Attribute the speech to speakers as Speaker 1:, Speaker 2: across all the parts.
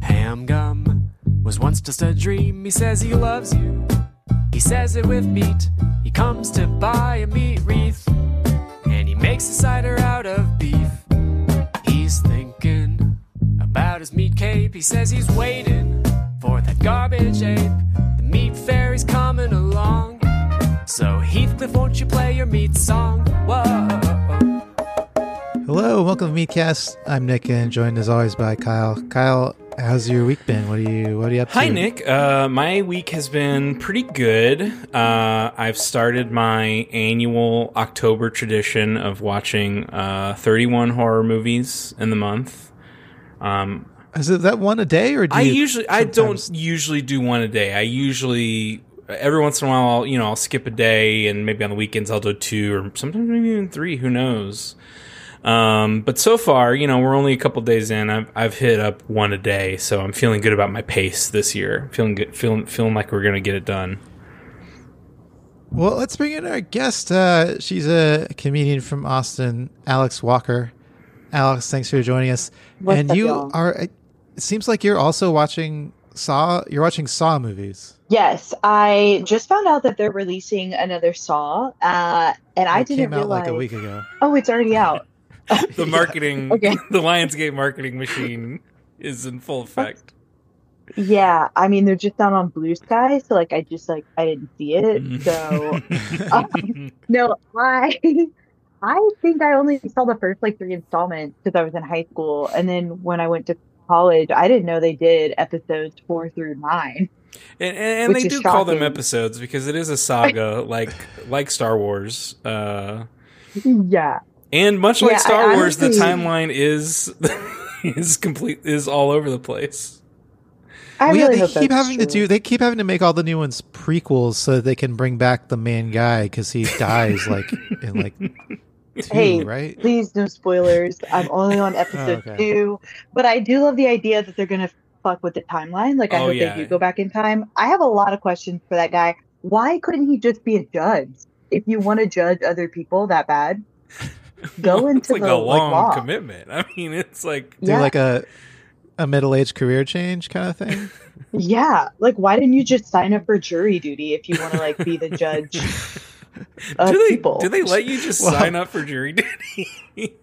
Speaker 1: Gum Gum was once just a dream. He says he loves you. He says it with meat. He comes to buy a meat wreath. And he makes a cider out of beef. He's thinking about his meat cape. He says he's waiting for that garbage ape. The meat fairy's coming along. So Heathcliff, won't you play your meat song? Whoa.
Speaker 2: Hello, welcome to Meatcast. I'm Nick, and joined as always by Kyle. Kyle, how's your week been? What are you What are you up to?
Speaker 3: Hi, Nick. Uh, my week has been pretty good. Uh, I've started my annual October tradition of watching uh, 31 horror movies in the month. Um,
Speaker 2: Is it that one a day, or do
Speaker 3: I
Speaker 2: you
Speaker 3: usually, I don't
Speaker 2: sometimes-
Speaker 3: usually do one a day. I usually, every once in a while, I'll, you know, I'll skip a day, and maybe on the weekends I'll do two, or sometimes maybe even three. Who knows? Um, but so far, you know, we're only a couple days in. I've I've hit up one a day, so I'm feeling good about my pace this year. Feeling good, feeling feeling like we're gonna get it done.
Speaker 2: Well, let's bring in our guest. Uh, she's a comedian from Austin, Alex Walker. Alex, thanks for joining us.
Speaker 4: What's
Speaker 2: and
Speaker 4: up,
Speaker 2: you
Speaker 4: y'all?
Speaker 2: are. It seems like you're also watching Saw. You're watching Saw movies.
Speaker 4: Yes, I just found out that they're releasing another Saw, uh, and I
Speaker 2: It
Speaker 4: didn't
Speaker 2: came out
Speaker 4: realize.
Speaker 2: like a week ago.
Speaker 4: Oh, it's already out.
Speaker 3: The marketing,
Speaker 4: Okay.
Speaker 3: the Lionsgate marketing machine is in full effect.
Speaker 4: Yeah, I mean they're just not on Blue Sky, so like I just like I didn't see
Speaker 2: Mm.
Speaker 4: it. So no, I I think I only saw the first like three installments because I was in high school, and then when I went to college, I didn't know they did episodes four through nine.
Speaker 3: and, and, and
Speaker 4: Which
Speaker 3: they do
Speaker 4: is
Speaker 3: call them
Speaker 4: shocking.
Speaker 3: episodes because it is a saga, like like Star Wars. Uh,
Speaker 4: Yeah,
Speaker 3: and much like
Speaker 4: Yeah, I
Speaker 3: Star Wars, the
Speaker 4: honestly-
Speaker 3: timeline is is complete is all over the place.
Speaker 4: I
Speaker 2: Well, yeah,
Speaker 4: really
Speaker 2: they
Speaker 4: hope
Speaker 2: keep
Speaker 4: that's
Speaker 2: having to
Speaker 4: true.
Speaker 2: do. They keep having to make all the new ones prequels so that they can bring back the main guy because he dies like in like two,
Speaker 4: Hey,
Speaker 2: right?
Speaker 4: Please, no spoilers. I'm only
Speaker 3: Oh,
Speaker 4: on episode
Speaker 2: okay.
Speaker 4: two, but I do love the idea that they're gonna fuck with the timeline. Like, I
Speaker 3: Oh,
Speaker 4: hope
Speaker 3: yeah.
Speaker 4: they do go back in time. I have a lot of questions for that guy. Why couldn't he just be a judge? If you want to judge other people that bad, go
Speaker 3: Well, it's
Speaker 4: into
Speaker 3: like a
Speaker 4: the
Speaker 3: long
Speaker 4: law.
Speaker 3: commitment. I mean, it's like
Speaker 2: Do
Speaker 4: yeah,
Speaker 2: like a a middle aged career change kind of thing.
Speaker 4: yeah. Like, why didn't you just sign up for jury duty if you want to like be the judge of
Speaker 3: do they
Speaker 4: Uh, people?
Speaker 3: do they let you just
Speaker 2: Well-
Speaker 3: sign up for jury duty?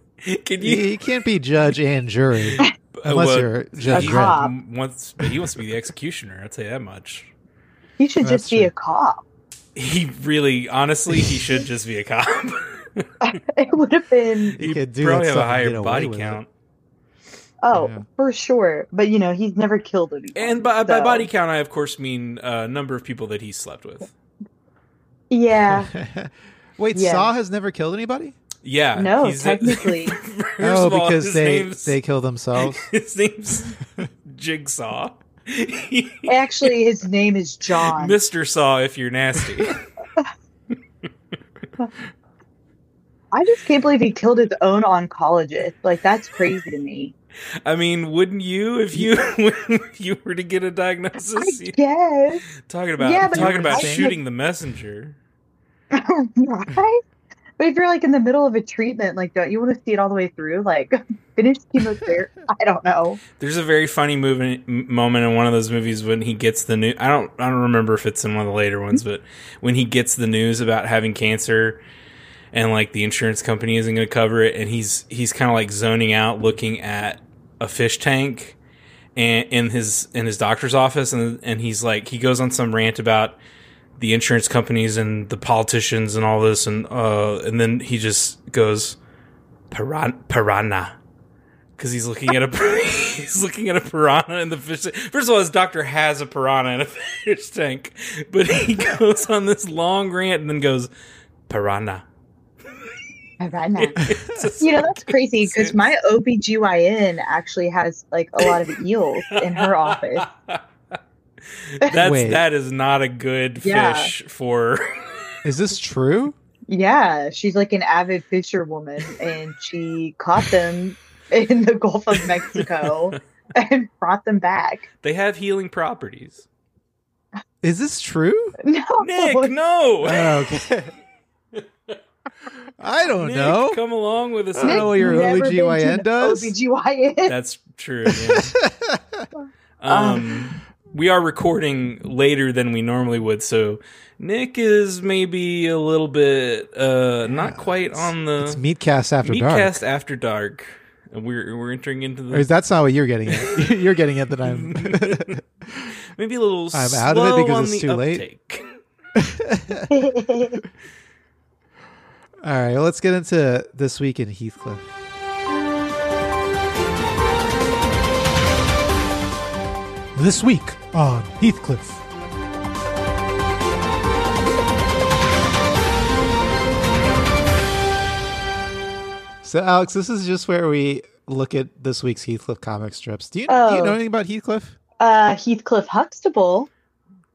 Speaker 3: Can
Speaker 2: you,
Speaker 3: you?
Speaker 2: you can't be judge and jury unless
Speaker 3: Uh, well,
Speaker 2: you're judge.
Speaker 3: he
Speaker 4: A cop.
Speaker 2: Dredd.
Speaker 3: wants, but he wants to be the executioner. I'll tell you that much.
Speaker 4: you
Speaker 3: Oh,
Speaker 4: should
Speaker 2: That's
Speaker 4: just be
Speaker 2: true.
Speaker 4: a cop.
Speaker 3: He really, honestly, he should just be a cop.
Speaker 4: It would have been
Speaker 2: He
Speaker 3: He'd
Speaker 2: could do
Speaker 3: probably
Speaker 2: that
Speaker 3: have a
Speaker 2: stuff and get
Speaker 3: higher
Speaker 2: away
Speaker 3: body
Speaker 2: with it.
Speaker 3: count.
Speaker 4: oh
Speaker 2: Yeah.
Speaker 4: for sure, but you know he's never killed anyone.
Speaker 3: And by, by
Speaker 4: so-
Speaker 3: body count, I of course mean uh, number of people that he slept with.
Speaker 4: Yeah.
Speaker 2: Wait,
Speaker 4: Yeah.
Speaker 2: Saw has never killed anybody?
Speaker 3: Yeah,
Speaker 4: No,
Speaker 3: he's-
Speaker 4: technically.
Speaker 3: first
Speaker 2: oh,
Speaker 3: of all,
Speaker 2: because
Speaker 3: his
Speaker 2: they
Speaker 3: name's,
Speaker 2: they kill themselves.
Speaker 3: his name's Jigsaw.
Speaker 4: Actually, his name is John.
Speaker 3: Mr. Saw, if you're nasty.
Speaker 4: I just can't believe he killed his own oncologist. Like that's crazy to me.
Speaker 3: I mean, wouldn't you if you if you were to get a
Speaker 4: I
Speaker 3: diagnosis? You-
Speaker 4: guess.
Speaker 3: talking about
Speaker 4: Yeah, but
Speaker 3: talking
Speaker 2: you're
Speaker 3: about
Speaker 2: right.
Speaker 3: shooting the messenger.
Speaker 4: right? But if you're like in the middle of a treatment, like don't you want to see it all the way through? Like finish chemotherapy. I don't know.
Speaker 3: There's a very funny movement, m- moment in one of those movies when he gets the news. I don't I don't remember if it's in one of the later ones, but when he gets the news about having cancer and like the insurance company isn't going to cover it and he's he's kind of like zoning out looking at a fish tank and in his in his doctor's office and and he's like he goes on some rant about the insurance companies and the politicians and all this and uh and then he just goes Piran- piranha because he's looking at a he's looking at a piranha in the fish. Tank. First of all, his doctor has a piranha in a fish tank, but he goes on this long rant and then goes piranha.
Speaker 4: Right now.
Speaker 3: It's just
Speaker 4: You know,
Speaker 3: like-
Speaker 4: that's crazy because my OBGYN actually has like a lot of eels in her office.
Speaker 3: That's
Speaker 2: Wait.
Speaker 3: that is not a good
Speaker 4: Yeah.
Speaker 3: fish for.
Speaker 2: Is this true?
Speaker 4: Yeah, she's like an avid fisherwoman and she caught them in the Gulf of Mexico and brought them back.
Speaker 3: They have healing properties.
Speaker 2: Is this true?
Speaker 4: No,
Speaker 3: Nick, no.
Speaker 2: Oh, okay. I don't
Speaker 3: Nick,
Speaker 2: know.
Speaker 3: Come along with us.
Speaker 2: Oh, I don't know what your
Speaker 4: Nick's never been to
Speaker 2: OBGYN
Speaker 4: an
Speaker 2: does.
Speaker 4: OBGYN.
Speaker 3: That's true. yeah. Um, we are recording later than we normally would, so Nick is maybe a little bit uh, not quite on the
Speaker 2: It's Meatcast after dark.
Speaker 3: Meatcast after dark. And We're we're entering into
Speaker 2: Or is
Speaker 3: the
Speaker 2: that's not what you're getting at. you're getting at that I'm.
Speaker 3: maybe a little
Speaker 2: I'm
Speaker 3: slow
Speaker 2: out of it because
Speaker 3: on
Speaker 2: it's
Speaker 3: the
Speaker 2: too late.
Speaker 3: uptake.
Speaker 2: All right, well, let's get into this week in Heathcliff. This week on Heathcliff. So, Alex, this is just where we look at this week's Heathcliff comic strips. Do you, do you
Speaker 4: Oh.
Speaker 2: know anything about Heathcliff?
Speaker 4: uh, Heathcliff Huxtable.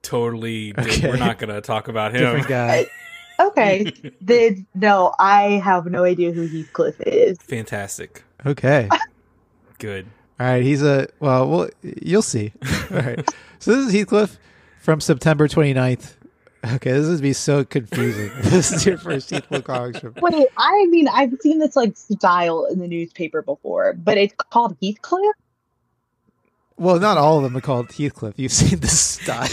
Speaker 3: Totally, did-
Speaker 2: Okay.
Speaker 3: we're not going to talk about him.
Speaker 2: Different guy.
Speaker 4: Okay. then no, I have no idea who Heathcliff is.
Speaker 3: Fantastic,
Speaker 2: Okay.
Speaker 3: good.
Speaker 2: All right, he's a well, well you'll see. All right. So this is Heathcliff from September 29th. Okay, this would be so confusing. this is your first Heathcliff comic strip.
Speaker 4: Wait, I mean, I've seen this like style in the newspaper before, but it's called Heathcliff.
Speaker 2: Well, not all of them are called Heathcliff. You've seen this style.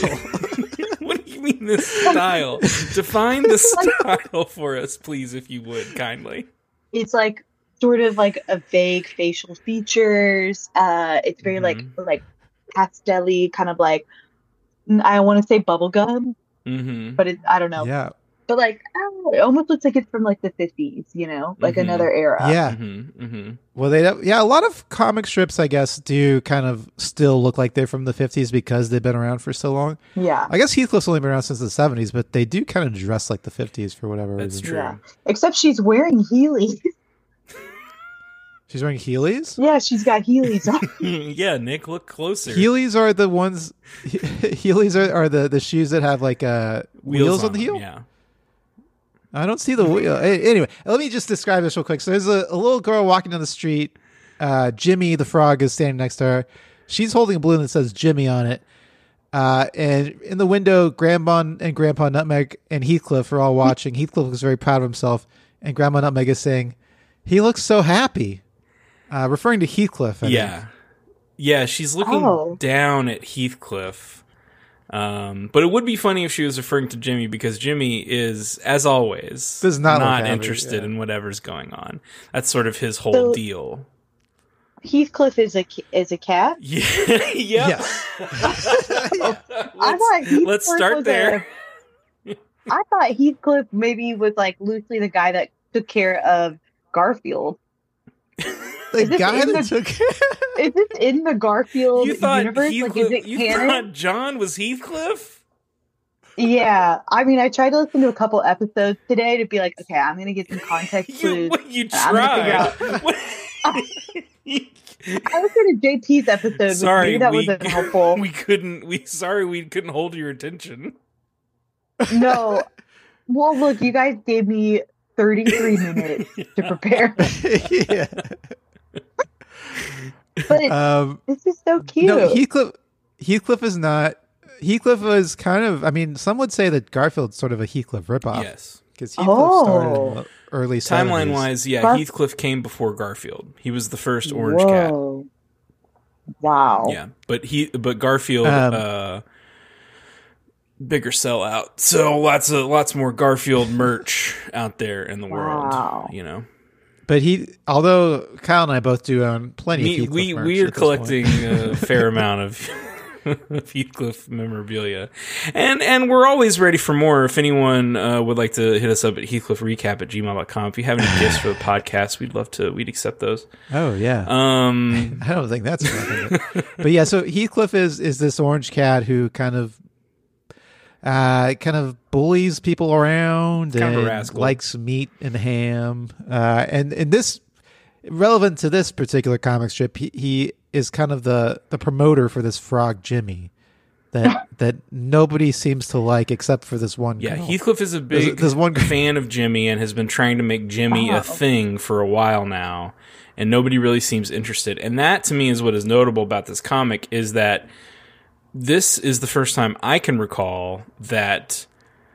Speaker 3: What do you mean this style? Define the
Speaker 4: Like-
Speaker 3: style for us, please, if you would kindly.
Speaker 4: It's like sort of like a vague facial features. Uh, it's very
Speaker 3: Mm-hmm.
Speaker 4: like like pastelly, kind of like I want to say bubblegum,
Speaker 3: Mm-hmm.
Speaker 4: but it, I don't know.
Speaker 2: Yeah,
Speaker 4: But like, I don't know, it almost looks like it's from like the fifties, you know, like
Speaker 3: Mhm.
Speaker 4: another era.
Speaker 2: yeah.
Speaker 3: Mm-hmm. Mm-hmm.
Speaker 2: Well, they don't, yeah. A lot of comic strips, I guess, do kind of still look like they're from the 50s because they've been around for so long.
Speaker 4: yeah.
Speaker 2: I guess Heathcliff's only been around since the 70s, but they do kind of dress like the 50s for whatever
Speaker 3: That's
Speaker 2: reason.
Speaker 3: true.
Speaker 4: Yeah. Except she's wearing Heelys.
Speaker 2: She's wearing Heelys.
Speaker 4: yeah, she's got Heelys on.
Speaker 3: yeah, Nick, look closer.
Speaker 2: Heelys are the ones. He- Heelys are, are the, the shoes that have like uh, wheels, on, the
Speaker 3: them,
Speaker 2: heel.
Speaker 3: Yeah.
Speaker 2: I don't see the wheel. A- Anyway, let me just describe this real quick. So there's a, a little girl walking down the street. Uh, Jimmy the frog is standing next to her. She's holding a balloon that says Jimmy on it. Uh, and in the window, Grandma and Grandpa Nutmeg and Heathcliff are all watching. Heathcliff looks very proud of himself, and Grandma Nutmeg is saying, "He looks so happy," uh, referring to Heathcliff. I think.
Speaker 3: Yeah. Yeah, she's looking
Speaker 4: Oh.
Speaker 3: down at Heathcliff. Um, but it would be funny if she was referring to Jimmy because Jimmy is, as always,
Speaker 2: Does not look happy,
Speaker 3: interested
Speaker 2: yeah.
Speaker 3: in whatever's going on. That's sort of his whole
Speaker 4: So-
Speaker 3: deal.
Speaker 4: Heathcliff is a ki- is a cat.
Speaker 3: Yeah. yep.
Speaker 2: Yes.
Speaker 3: let's,
Speaker 4: I thought Heathcliff
Speaker 3: let's
Speaker 4: was
Speaker 3: start
Speaker 4: a-
Speaker 3: there.
Speaker 4: I thought Heathcliff maybe was like loosely the guy that took care of Garfield.
Speaker 2: the
Speaker 4: Is this
Speaker 2: guy
Speaker 4: in
Speaker 2: that
Speaker 4: the-
Speaker 2: took.
Speaker 4: Is this in the Garfield
Speaker 3: You thought
Speaker 4: universe? Like,
Speaker 3: Heathcliff?
Speaker 4: is it
Speaker 3: you
Speaker 4: canon?
Speaker 3: thought John was Heathcliff?
Speaker 4: Yeah, I mean, I tried to listen to a couple episodes today to be like, okay, I'm gonna get some context
Speaker 3: You
Speaker 4: clues.
Speaker 3: what you
Speaker 4: I'm gonna figure
Speaker 3: tried. What-
Speaker 4: I listened to JP's episode. which
Speaker 3: sorry,
Speaker 4: maybe that
Speaker 3: we,
Speaker 4: wasn't helpful.
Speaker 3: We couldn't. We sorry, we couldn't hold your attention.
Speaker 4: no, well, look, you guys gave me 33 minutes to prepare,
Speaker 2: yeah.
Speaker 4: but it,
Speaker 2: Um,
Speaker 4: this is so cute.
Speaker 2: No, Heathcliff. Heathcliff is not. Heathcliff was kind of. I mean, some would say that Garfield's sort of a Heathcliff ripoff
Speaker 3: Yes,
Speaker 2: because Heathcliff started in
Speaker 4: Oh.
Speaker 2: the early 70s.
Speaker 3: timeline wise, yeah,
Speaker 4: Gar-
Speaker 3: Heathcliff came before Garfield. He was the first orange
Speaker 4: Whoa. Wow.
Speaker 3: cat. Yeah, but he but Garfield
Speaker 2: Um,
Speaker 3: uh, bigger sellout. So lots of lots more Garfield merch out there in the world.
Speaker 4: Wow.
Speaker 3: You know.
Speaker 2: But he, although Kyle and I both do own plenty
Speaker 3: Me-
Speaker 2: of Heathcliff
Speaker 3: we
Speaker 2: merch
Speaker 3: we
Speaker 2: at this
Speaker 3: are
Speaker 2: point.
Speaker 3: collecting a fair amount of, of Heathcliff memorabilia, and and we're always ready for more. If anyone uh, would like to hit us up at heathcliffrecap at gmail.com. if you have any gifts for the podcast, we'd love to. We'd accept those.
Speaker 2: Oh yeah.
Speaker 3: Um,
Speaker 2: I don't think that's a bad thing. but yeah, so Heathcliff is is this orange cat who kind of uh kind of bullies people around
Speaker 3: Kind of a
Speaker 2: and
Speaker 3: rascal.
Speaker 2: likes meat and ham. Uh and in this relevant to this particular comic strip, he, he is kind of the the promoter for this frog Jimmy that that nobody seems to like except for this one
Speaker 3: yeah,
Speaker 2: girl.
Speaker 3: Heathcliff is a
Speaker 2: There's-
Speaker 3: big
Speaker 2: there's one girl-
Speaker 3: fan of Jimmy and has been trying to make Jimmy
Speaker 4: Oh,
Speaker 3: a
Speaker 4: okay.
Speaker 3: thing for a while now, and nobody really seems interested. And that to me is what is notable about this comic is that this is the first time I can recall that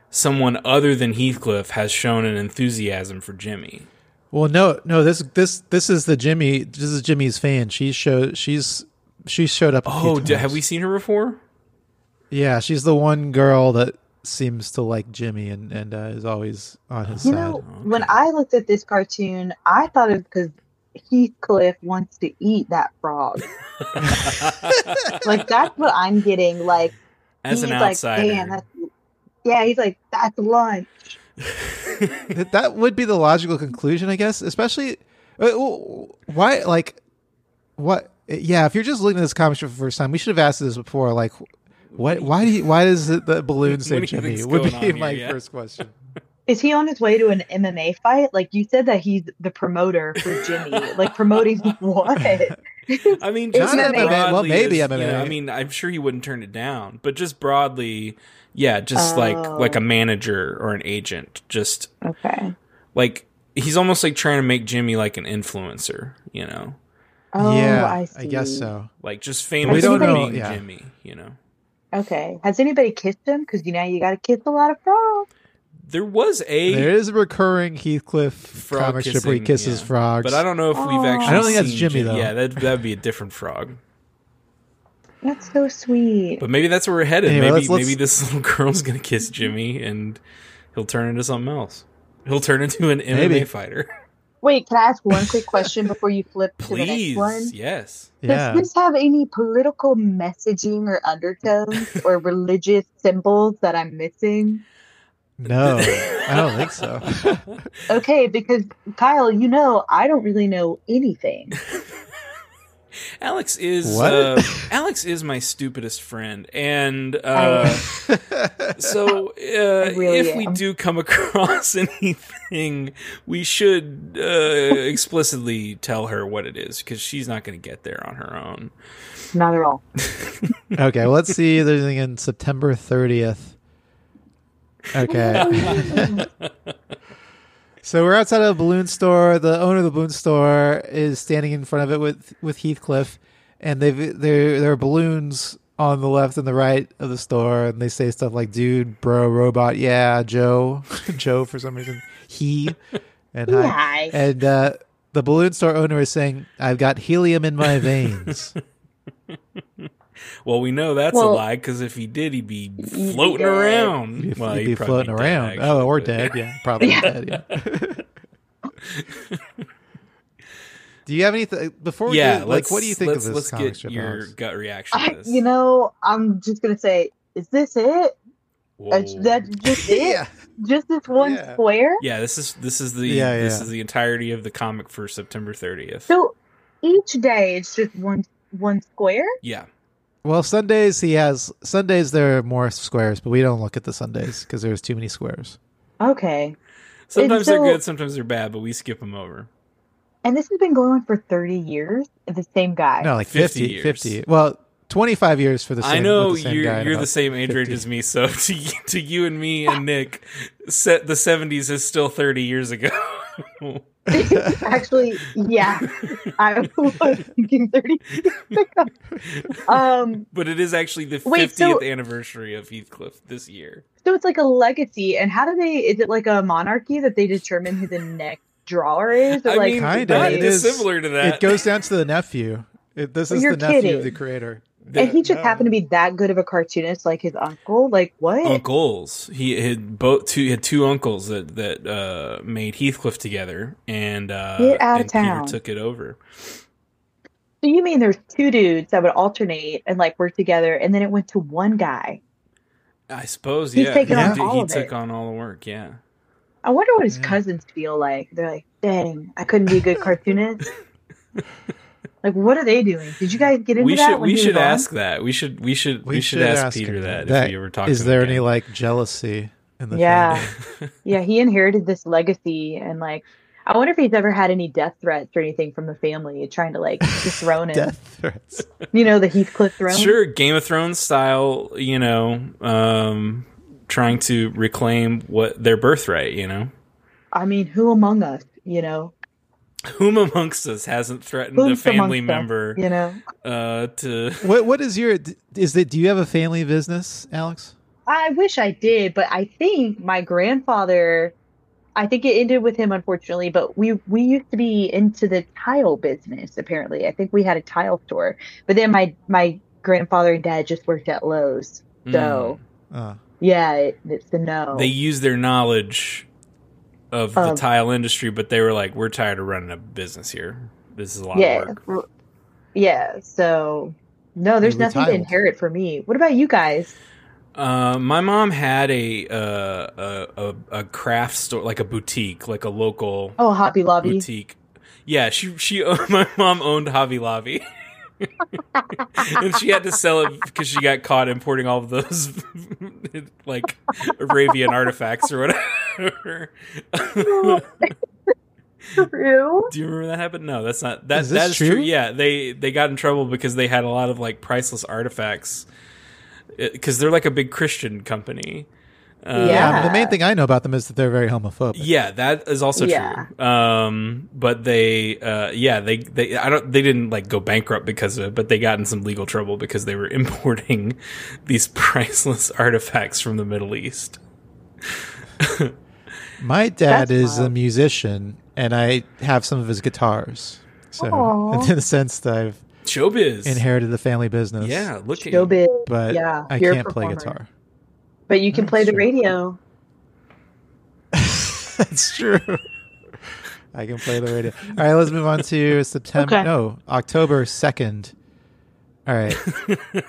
Speaker 3: someone other than Heathcliff has shown an enthusiasm for Jimmy.
Speaker 2: Well, no, no. This this this is the Jimmy. This is Jimmy's fan. She show she's She showed up. a few
Speaker 3: Oh, d-
Speaker 2: times.
Speaker 3: have we seen her before?
Speaker 2: Yeah, she's the one girl that seems to like Jimmy and and uh, is always on his
Speaker 4: You
Speaker 2: side.
Speaker 4: know,
Speaker 3: Okay.
Speaker 4: when I looked at this cartoon, I thought it was because Heathcliff wants to eat that frog. Like that's what I'm getting. Like
Speaker 3: As
Speaker 4: he's
Speaker 3: an
Speaker 4: like,
Speaker 3: outsider.
Speaker 4: "Damn, that's yeah, he's like, that's lunch.
Speaker 2: That- that would be the logical conclusion, I guess. Especially, uh, w- why? Like, what? Yeah, if you're just looking at this comic strip for the first time, we should have asked this before. Like, what? Why do? You, why does it, the balloon
Speaker 3: What
Speaker 2: say
Speaker 3: do you
Speaker 2: Jimmy?
Speaker 3: think's
Speaker 2: Would
Speaker 3: going on
Speaker 2: be
Speaker 3: here,
Speaker 2: my
Speaker 3: yeah.
Speaker 2: first question.
Speaker 4: Is he on his way to an MMA fight? Like you said that he's the promoter for Jimmy. like promoting what?
Speaker 3: I mean,
Speaker 4: It's
Speaker 3: just
Speaker 4: MMA.
Speaker 3: broadly,
Speaker 2: Well, maybe
Speaker 3: is-
Speaker 2: MMA.
Speaker 3: you know, I mean, I'm sure he wouldn't turn it down, but just broadly, yeah, just like
Speaker 4: Oh.
Speaker 3: like a manager or an agent, just
Speaker 4: Okay.
Speaker 3: like he's almost like trying to make Jimmy like an influencer, you know,
Speaker 4: Oh,
Speaker 2: yeah,
Speaker 4: I, see.
Speaker 2: guess so.
Speaker 3: like just famous
Speaker 4: don't
Speaker 3: for
Speaker 4: know,
Speaker 3: being
Speaker 2: yeah.
Speaker 3: Jimmy, you know.
Speaker 4: Okay. Has anybody kissed him? Because you know you got to kiss a lot of frogs.
Speaker 3: There was a
Speaker 2: There is a recurring Heathcliff
Speaker 3: Frog
Speaker 2: comic strip where he
Speaker 3: kissing,
Speaker 2: kisses
Speaker 3: yeah.
Speaker 2: frogs. Oh.
Speaker 3: but I don't know if we've
Speaker 4: Aw.
Speaker 3: actually.
Speaker 2: I don't think that's
Speaker 3: seen
Speaker 2: Jimmy,
Speaker 3: Jim-
Speaker 2: though.
Speaker 3: Yeah, that that'd be a different frog.
Speaker 4: That's so sweet.
Speaker 3: But maybe that's where we're headed.
Speaker 2: Anyway,
Speaker 3: maybe
Speaker 2: let's- let's-
Speaker 3: maybe this little girl's gonna kiss Jimmy and he'll turn into something else. He'll turn into an MMA
Speaker 2: Maybe.
Speaker 3: fighter.
Speaker 4: Wait, can I ask one quick question before you flip to the next
Speaker 3: Please,
Speaker 4: one?
Speaker 3: yes.
Speaker 2: yeah.
Speaker 4: Does this have any political messaging or undertones or religious symbols that I'm missing?
Speaker 2: No, Oh, I don't think so.
Speaker 4: Okay, because Kyle, you know, I don't really know anything.
Speaker 3: Alex is
Speaker 2: What?
Speaker 3: Uh, Alex is my stupidest friend, and uh, so uh,
Speaker 4: really
Speaker 3: if we
Speaker 4: am.
Speaker 3: do come across anything, we should uh, explicitly tell her what it is because she's not going to get there on her own.
Speaker 4: Not at all.
Speaker 2: okay, well, let's see if there's anything in September 30th. Okay. so we're outside of a balloon store. The owner of the balloon store is standing in front of it with with Heathcliff, and they've there there are balloons on the left and the right of the store, and they say stuff like "dude," "bro," "robot," "yeah," "Joe," "Joe" for some reason, "he," and "hi."
Speaker 4: Hi.
Speaker 2: And uh, the balloon store owner is saying, "I've got helium in my veins."
Speaker 3: Well, we know that's a
Speaker 4: Well-
Speaker 3: lie because if he did, he'd be
Speaker 4: be
Speaker 3: floating
Speaker 4: dead.
Speaker 3: around.
Speaker 2: You'd,
Speaker 3: Well,
Speaker 2: you'd
Speaker 3: he'd
Speaker 2: be
Speaker 3: probably
Speaker 2: floating
Speaker 3: dead,
Speaker 2: around.
Speaker 3: actually,
Speaker 2: oh, or
Speaker 3: but-
Speaker 2: dead. Yeah, probably
Speaker 4: Yeah.
Speaker 2: dead. Yeah. do you have anything before? We do,
Speaker 3: Yeah,
Speaker 2: like
Speaker 3: let's-
Speaker 2: what do you think
Speaker 3: let's-
Speaker 2: of this
Speaker 3: Let's
Speaker 2: comic
Speaker 3: get
Speaker 2: strip?
Speaker 3: your
Speaker 2: Alex?
Speaker 3: gut reaction.
Speaker 4: I,
Speaker 3: to this.
Speaker 4: you know, I'm just going to say, is this it? That's,
Speaker 3: Whoa.
Speaker 4: that's just it?
Speaker 2: yeah,
Speaker 4: Just this one
Speaker 2: Yeah.
Speaker 4: square?
Speaker 3: Yeah, this is this is the
Speaker 2: Yeah,
Speaker 3: this
Speaker 2: yeah.
Speaker 3: is the entirety of the comic for September 30th.
Speaker 4: So each day it's just one one square?
Speaker 3: yeah.
Speaker 2: Well, Sundays he has Sundays. There are more squares, but we don't look at the Sundays because there's too many squares.
Speaker 4: Okay.
Speaker 3: Sometimes
Speaker 4: so-
Speaker 3: they're good, sometimes they're bad, but we skip them over.
Speaker 4: And this has been going on for 30 years? The same guy?
Speaker 2: No, like
Speaker 3: 50
Speaker 2: 50,
Speaker 3: years.
Speaker 2: 50. Well, twenty five years for the. Same,
Speaker 3: I know
Speaker 2: with the same
Speaker 3: you're
Speaker 2: guy and
Speaker 3: you're
Speaker 2: about
Speaker 3: the same age range
Speaker 2: 50.
Speaker 3: as me, so to y- to you and me and Nick, set the 70s is still 30 years ago.
Speaker 4: Actually, yeah, I was thinking 30 years ago. Um,
Speaker 3: but it is actually the 50th
Speaker 4: Wait, so-
Speaker 3: anniversary of Heathcliff this year.
Speaker 4: so it's like a legacy. And how do they, is it like a monarchy that they determine who the next drawer is? Or
Speaker 3: I
Speaker 4: like,
Speaker 3: mean,
Speaker 2: Kinda,
Speaker 3: not
Speaker 2: it
Speaker 4: they-
Speaker 2: is-
Speaker 3: dissimilar to that.
Speaker 2: It goes down to the nephew. It, this is
Speaker 4: You're
Speaker 2: the nephew
Speaker 4: kidding.
Speaker 2: of the creator.
Speaker 4: and he just
Speaker 2: no.
Speaker 4: happened to be that good of a cartoonist, like his uncle. Like, what?
Speaker 3: uncles. He had both two he had two uncles that that uh, made Heathcliff together, and uh,
Speaker 4: Get out of
Speaker 3: and
Speaker 4: town.
Speaker 3: Peter took it over.
Speaker 4: So you mean there's two dudes that would alternate and like work together, and then it went to one guy?
Speaker 3: I suppose.
Speaker 4: He's
Speaker 3: yeah,
Speaker 4: taken
Speaker 3: he,
Speaker 2: on
Speaker 3: did-
Speaker 4: all
Speaker 3: he
Speaker 4: of
Speaker 3: took
Speaker 4: it.
Speaker 3: on all the work. Yeah,
Speaker 4: I wonder what his
Speaker 2: Yeah.
Speaker 4: cousins feel like. They're like, dang, I couldn't be a good cartoonist. like, what are they doing? Did you guys get into
Speaker 3: we
Speaker 4: that?
Speaker 3: should
Speaker 4: when
Speaker 3: we
Speaker 4: he
Speaker 3: should
Speaker 4: was on?
Speaker 3: ask that. We should we should we, should, ask, Peter
Speaker 2: him
Speaker 3: that, if
Speaker 2: that.
Speaker 3: we ever talk.
Speaker 2: Is
Speaker 3: to
Speaker 2: there
Speaker 3: him
Speaker 2: any
Speaker 3: again.
Speaker 2: like jealousy in the
Speaker 4: Yeah.
Speaker 2: family?
Speaker 4: Yeah, he inherited this legacy, and like, I wonder if he's ever had any death threats or anything from the family trying to like dethrone him.
Speaker 2: death threats?
Speaker 4: You know, the Heathcliff throne.
Speaker 3: Sure, Game of Thrones style. You know, um, trying to reclaim what their birthright. You know,
Speaker 4: I mean, who among us? You know,
Speaker 3: whom amongst us hasn't threatened
Speaker 4: who's
Speaker 3: a family
Speaker 4: amongst us,
Speaker 3: member
Speaker 4: You know,
Speaker 3: uh, to?
Speaker 2: What What is your? Is it? Do you have a family business, Alex?
Speaker 4: I wish I did, but I think my grandfather
Speaker 5: I think it ended with him, unfortunately. But we we used to be into the tile business. Apparently, I think we had a tile store. But then my my grandfather and dad just worked at Lowe's, so
Speaker 2: Uh,
Speaker 5: yeah, it, it's a no.
Speaker 3: Hmm. They used their knowledge of the
Speaker 5: Um,
Speaker 3: tile industry, but they were like, "We're tired of running a business here. This is a lot
Speaker 5: yeah,
Speaker 3: of work."
Speaker 5: r- yeah. So no, there's
Speaker 2: They
Speaker 5: nothing to
Speaker 2: retired.
Speaker 5: inherit for me. What about you guys?
Speaker 3: Uh, my mom had a, uh, a a a craft store, like a boutique, like a local
Speaker 5: Oh, Hobby Lobby.
Speaker 3: boutique. Yeah, she she my mom owned Hobby Lobby. and she had to sell it because she got caught importing all of those like Arabian artifacts or whatever.
Speaker 5: True.
Speaker 3: Do you remember that happened? No, that's not that.
Speaker 2: Is this
Speaker 3: That's true?
Speaker 2: true?
Speaker 3: Yeah, they they got in trouble because they had a lot of like priceless artifacts because they're like a big Christian company. Uh,
Speaker 2: yeah.
Speaker 5: Yeah.
Speaker 2: the main thing I know about them is that they're very homophobic.
Speaker 3: Yeah, that is also
Speaker 5: Yeah.
Speaker 3: true. Um, but they, uh, yeah, they, they, I don't, they didn't like go bankrupt because of it, but they got in some legal trouble because they were importing these priceless artifacts from the Middle East.
Speaker 2: My dad
Speaker 5: That's
Speaker 2: is a
Speaker 5: wild.
Speaker 2: musician, and I have some of his guitars. So,
Speaker 5: Aw.
Speaker 2: in a sense, that I've
Speaker 3: Showbiz.
Speaker 2: inherited the family business.
Speaker 3: yeah, look at you.
Speaker 5: Showbiz.
Speaker 2: but
Speaker 5: Yeah,
Speaker 2: I
Speaker 5: you're a
Speaker 2: can't play
Speaker 5: performer.
Speaker 2: guitar.
Speaker 5: But you can
Speaker 2: That's
Speaker 5: play the
Speaker 2: true.
Speaker 5: radio.
Speaker 2: That's true. I can play the radio. All right, let's move on to September.
Speaker 5: Okay.
Speaker 2: No, October second. All right.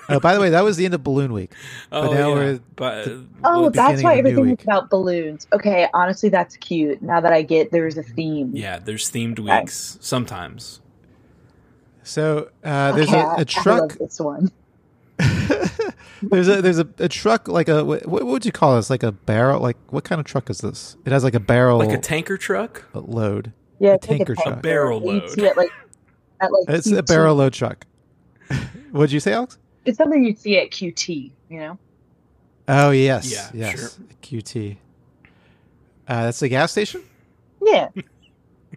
Speaker 2: oh, by the way, that was the end of Balloon Week.
Speaker 3: Oh,
Speaker 2: now
Speaker 3: yeah.
Speaker 2: we're-
Speaker 3: But-
Speaker 5: Oh,
Speaker 2: the
Speaker 5: that's
Speaker 2: beginning
Speaker 5: why
Speaker 2: of the new
Speaker 5: everything is
Speaker 2: week.
Speaker 5: about balloons. Okay, honestly, that's cute. Now that I get there's a theme.
Speaker 3: yeah, there's themed
Speaker 5: Okay.
Speaker 3: weeks sometimes.
Speaker 2: So uh, there's
Speaker 5: Okay,
Speaker 2: a,
Speaker 5: I- I
Speaker 2: a
Speaker 5: love
Speaker 2: truck.
Speaker 5: this one.
Speaker 2: There's a there's a, a truck like a what, what would you call this? Like a barrel? Like what kind of truck is this? It has like a barrel
Speaker 3: Like a tanker truck?
Speaker 2: load.
Speaker 5: Yeah,
Speaker 2: A
Speaker 5: it's like
Speaker 2: tanker
Speaker 5: tank
Speaker 2: truck. A
Speaker 3: barrel
Speaker 5: You
Speaker 3: load.
Speaker 5: see it like at like
Speaker 2: It's a
Speaker 5: QT.
Speaker 2: barrel load truck. What'd you say, Alex?
Speaker 5: It's something you'd see at QT. You know.
Speaker 2: Oh yes,
Speaker 3: Yeah,
Speaker 2: yes.
Speaker 3: sure.
Speaker 2: QT. Uh, that's the gas station.
Speaker 5: Yeah,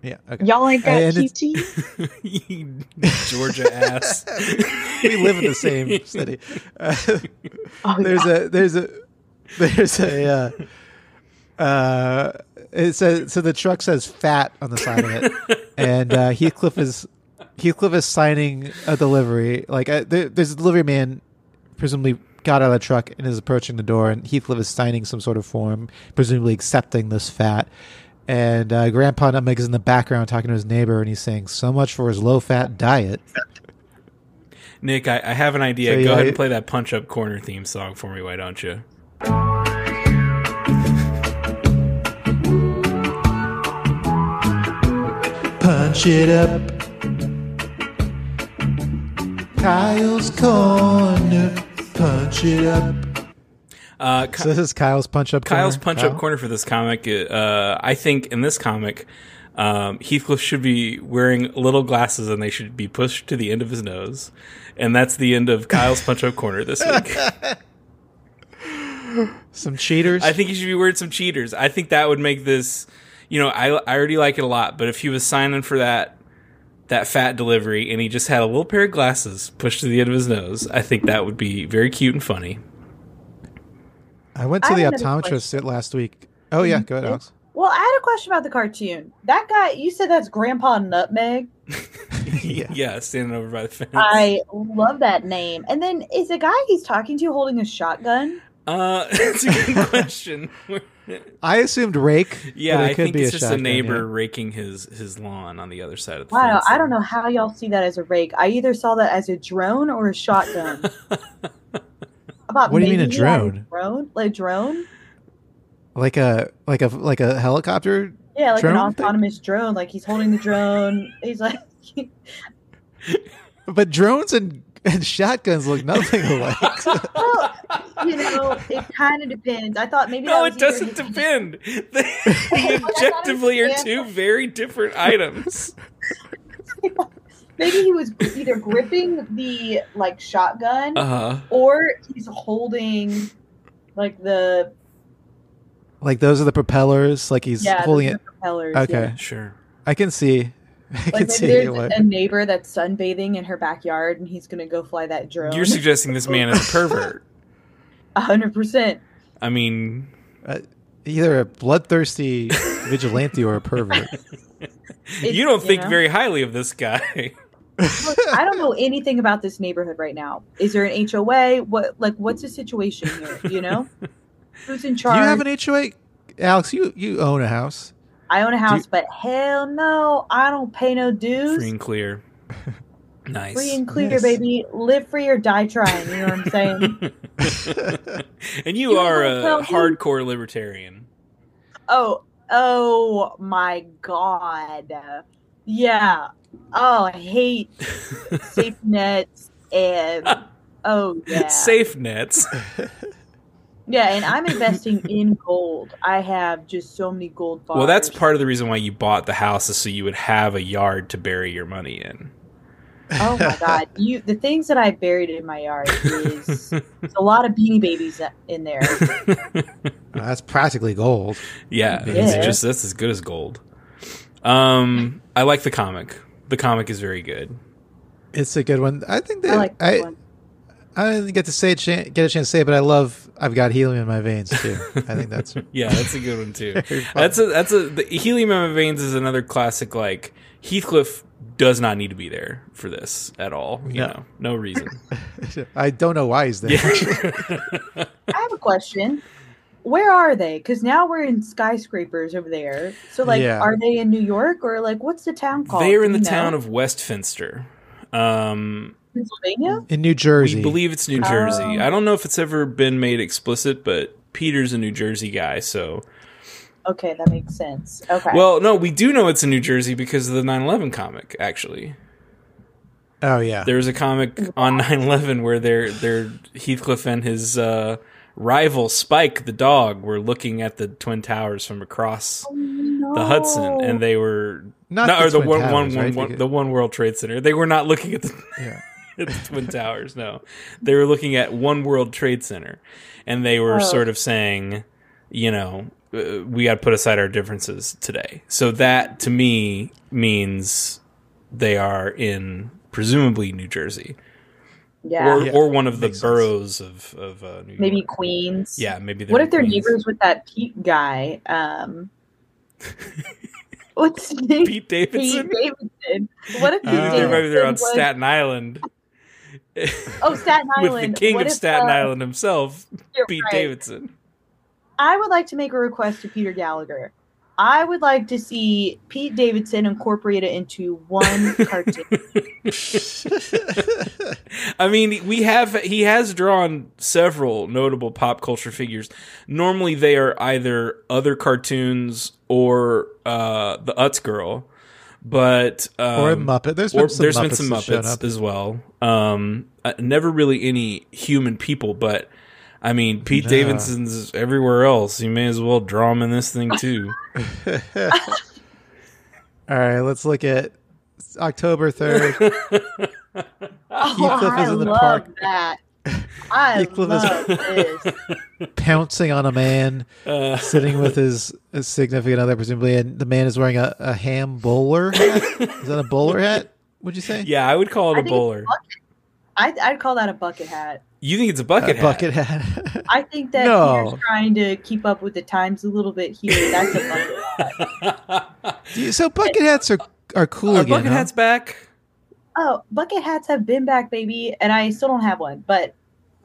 Speaker 2: Yeah. Okay.
Speaker 5: y'all ain't got
Speaker 2: And it's-
Speaker 5: QT.
Speaker 3: You Georgia ass.
Speaker 2: we live in the same city. Uh,
Speaker 5: Oh,
Speaker 2: there's
Speaker 5: yeah.
Speaker 2: a there's a there's a uh, uh, it says so the truck says fat on the side of it, and uh, Heathcliff is Heathcliff is signing a delivery. Like uh, there, there's a delivery man, presumably got out of the truck and is approaching the door, and Heathcliff is signing some sort of form, presumably accepting this fat. And uh, Grandpa Nutmeg is in the background talking to his neighbor, and he's saying, "So much for his low-fat diet."
Speaker 3: Nick, I, I have an idea.
Speaker 2: So,
Speaker 3: Go
Speaker 2: yeah,
Speaker 3: ahead and
Speaker 2: it-
Speaker 3: play that Punch Up Corner theme song for me, why don't you?
Speaker 2: Punch it up. Kyle's Corner. Punch it up.
Speaker 3: Uh, Ky-
Speaker 2: So this is Kyle's Punch Up Corner.
Speaker 3: Kyle's Punch Up
Speaker 2: Kyle?
Speaker 3: Corner for this comic. Uh, I think in this comic, um, Heathcliff should be wearing little glasses and they should be pushed to the end of his nose. And that's the end of Kyle's Punch Up Corner this week.
Speaker 2: Some cheaters.
Speaker 3: I think he should be wearing some cheaters. I think that would make this. You know, I I already like it a lot, but if he was signing for that that fat delivery and he just had a little pair of glasses pushed to the end of his nose, I think that would be very cute and funny.
Speaker 2: I went to
Speaker 4: I
Speaker 2: the
Speaker 4: have another
Speaker 2: optometrist last week. Oh yeah, go ahead, Alex.
Speaker 4: Well, I had a question about the cartoon. That guy, you said that's Grandpa Nutmeg.
Speaker 2: Yeah.
Speaker 3: yeah, standing over by the fence.
Speaker 4: I love that name. And then is the guy he's talking to holding a shotgun?
Speaker 3: uh, it's a good question.
Speaker 2: I assumed rake.
Speaker 3: yeah,
Speaker 2: but it
Speaker 3: I
Speaker 2: could
Speaker 3: think
Speaker 2: be
Speaker 3: it's
Speaker 2: a
Speaker 3: just
Speaker 2: shotgun,
Speaker 3: a
Speaker 2: yeah.
Speaker 3: neighbor raking his his lawn on the other side of the
Speaker 4: Wow,
Speaker 3: fence.
Speaker 4: I don't know how y'all see that as a rake. I either saw that as a drone or a shotgun. I thought
Speaker 2: What do you mean a
Speaker 4: maybe he had
Speaker 2: drone?
Speaker 4: Drone? Like a drone?
Speaker 2: Like a like a like a helicopter.
Speaker 4: Yeah, like an
Speaker 2: Drone thing?
Speaker 4: autonomous drone. Like he's holding the drone. He's like,
Speaker 2: But drones and and shotguns look nothing alike.
Speaker 4: well, you know, it kind of depends. I thought maybe
Speaker 3: No,
Speaker 4: that
Speaker 3: it
Speaker 4: was either
Speaker 3: doesn't
Speaker 4: his-
Speaker 3: depend. They, they objectively are two very different items.
Speaker 4: Maybe he was either gripping the like shotgun
Speaker 3: Uh,
Speaker 2: Uh-huh.
Speaker 4: or he's holding like the
Speaker 2: like those are the propellers. Like he's
Speaker 4: yeah
Speaker 2: holding
Speaker 4: the
Speaker 2: it.
Speaker 4: propellers. yeah.
Speaker 2: Okay,
Speaker 3: sure.
Speaker 2: I can see. I can
Speaker 4: Like
Speaker 2: see
Speaker 4: maybe there's
Speaker 2: it. Like,
Speaker 4: a neighbor that's sunbathing in her backyard, and he's gonna go fly that drone.
Speaker 3: You're suggesting this man is a pervert.
Speaker 4: hundred percent.
Speaker 3: I mean,
Speaker 2: either a bloodthirsty vigilante or a pervert.
Speaker 4: It's-
Speaker 3: you don't
Speaker 4: you
Speaker 3: think
Speaker 4: know.
Speaker 3: very highly of this guy.
Speaker 4: Look, I don't know anything about this neighborhood right now. Is there an HOA? What like what's the situation here? You know, who's in
Speaker 2: Do you
Speaker 4: charge?
Speaker 2: have an HOA, Alex? You you own a house.
Speaker 4: I own a house,
Speaker 2: you-
Speaker 4: but hell no, I don't pay no dues.
Speaker 3: Free and clear. Nice.
Speaker 4: Free and clear,
Speaker 2: Yes.
Speaker 4: baby. Live free or die trying. You know what I'm saying?
Speaker 3: and you,
Speaker 4: You
Speaker 3: are
Speaker 4: will
Speaker 3: a
Speaker 4: tell me.
Speaker 3: hardcore libertarian.
Speaker 4: oh, oh my god. Yeah. Oh, I hate safe nets and oh yeah.
Speaker 3: Safe nets.
Speaker 4: Yeah, and I'm investing in gold. I have just so many gold bars.
Speaker 3: Well, that's part of the reason why you bought the house is so you would have a yard to bury your money in.
Speaker 4: Oh my god, you the things that I buried in my yard is there's a lot of beanie babies in there.
Speaker 2: Well, Uh, that's practically gold.
Speaker 3: Yeah,
Speaker 2: Yeah.
Speaker 3: it's just that's as good as gold. Um, I like the comic. The comic is very good.
Speaker 2: It's a good one. I think that
Speaker 4: I like that
Speaker 2: I,
Speaker 4: one.
Speaker 2: I didn't get to say it, chan- get a chance to say it, but I love I've got helium in my veins too. I think that's
Speaker 3: Yeah, that's a good one too.
Speaker 2: very fun.
Speaker 3: That's a that's a the Helium in My Veins is another classic. Like Heathcliff does not need to be there for this at all. You
Speaker 2: No.
Speaker 3: know, no reason.
Speaker 2: I don't know why he's there.
Speaker 3: Yeah.
Speaker 4: I have a question. Where are they? Because now we're in skyscrapers over there. So like,
Speaker 2: Yeah.
Speaker 4: are they in New York or like what's the town called?
Speaker 3: They're
Speaker 4: Do
Speaker 3: in the
Speaker 4: you know?
Speaker 3: town of Westminster. Um,
Speaker 4: Pennsylvania.
Speaker 2: In New
Speaker 3: we
Speaker 2: Jersey,
Speaker 3: believe it's New Jersey.
Speaker 4: Oh.
Speaker 3: I don't know if it's ever been made explicit, but Peter's a New Jersey guy, so
Speaker 4: Okay, that makes sense. Okay.
Speaker 3: well, no, we do know it's in New Jersey because of the 9/11 comic. Actually,
Speaker 2: oh yeah,
Speaker 3: there was a comic on 9/11 where they're, they're Heathcliff and his uh, rival Spike the dog were looking at the Twin Towers from across
Speaker 4: Oh,
Speaker 3: the Hudson,
Speaker 4: no.
Speaker 3: and they were
Speaker 2: not
Speaker 3: no, or the
Speaker 2: Twin
Speaker 3: one,
Speaker 2: Towers,
Speaker 3: one, one,
Speaker 2: right?
Speaker 3: one, the one World Trade Center. They were not looking at the
Speaker 2: yeah.
Speaker 3: at the Twin Towers. No, they were looking at One World Trade Center, and they were
Speaker 4: Oh.
Speaker 3: sort of saying, you know, uh, we got to put aside our differences today. So that to me means they are in presumably New Jersey
Speaker 4: yeah,
Speaker 3: or
Speaker 2: Yeah,
Speaker 3: or one of the
Speaker 2: makes sense.
Speaker 3: boroughs of of uh, New
Speaker 4: maybe
Speaker 3: York.
Speaker 4: Queens.
Speaker 3: Yeah, maybe. they're
Speaker 4: What
Speaker 3: in
Speaker 4: if they're
Speaker 3: Queens.
Speaker 4: neighbors with that Pete guy? Um, what's his name?
Speaker 3: Pete Davidson.
Speaker 4: Pete Davidson. What if Pete
Speaker 2: Uh,
Speaker 4: Davidson
Speaker 3: maybe they're on
Speaker 4: was-
Speaker 3: Staten Island.
Speaker 4: Oh, Staten
Speaker 3: With the
Speaker 4: Island.
Speaker 3: king
Speaker 4: What
Speaker 3: of
Speaker 4: if,
Speaker 3: Staten
Speaker 4: uh,
Speaker 3: Island himself,
Speaker 4: you're
Speaker 3: Pete
Speaker 4: right.
Speaker 3: Davidson.
Speaker 4: I would like to make a request to Peter Gallagher. I would like to see Pete Davidson incorporated into one cartoon.
Speaker 3: I mean, we have he has drawn several notable pop culture figures. Normally, they are either other cartoons or uh, the Utz Girl, but um,
Speaker 2: or a Muppet. There's
Speaker 3: or
Speaker 2: been some
Speaker 3: there's
Speaker 2: Muppets
Speaker 3: been some
Speaker 2: that showed
Speaker 3: Muppets
Speaker 2: up.
Speaker 3: as well. Um, uh, never really any human people, but I mean, Pete
Speaker 2: No.
Speaker 3: Davidson's everywhere else. You may as well draw him in this thing too.
Speaker 2: All right, let's look at October third.
Speaker 4: Oh,
Speaker 2: Heathcliff
Speaker 4: I
Speaker 2: is in the
Speaker 4: love
Speaker 2: park.
Speaker 4: that. I
Speaker 2: Heathcliff is-
Speaker 4: love this.
Speaker 2: pouncing on a man
Speaker 3: Uh,
Speaker 2: sitting with his, his significant other, presumably, and the man is wearing a, a ham bowler hat. is that a bowler hat? Would you say?
Speaker 3: yeah, I would call it
Speaker 4: I
Speaker 3: a
Speaker 4: think it's
Speaker 3: bowler.
Speaker 4: I, I'd call that a bucket hat.
Speaker 3: You think it's a bucket
Speaker 2: a
Speaker 3: hat?
Speaker 2: bucket hat.
Speaker 4: I think that
Speaker 2: No.
Speaker 4: Peter's trying to keep up with the times a little bit here. That's a bucket hat.
Speaker 2: Do you- so bucket hats are are cool
Speaker 3: Are
Speaker 2: again.
Speaker 3: bucket
Speaker 2: huh?
Speaker 3: hats back?
Speaker 4: Oh, bucket hats have been back, baby, and I still don't have one. But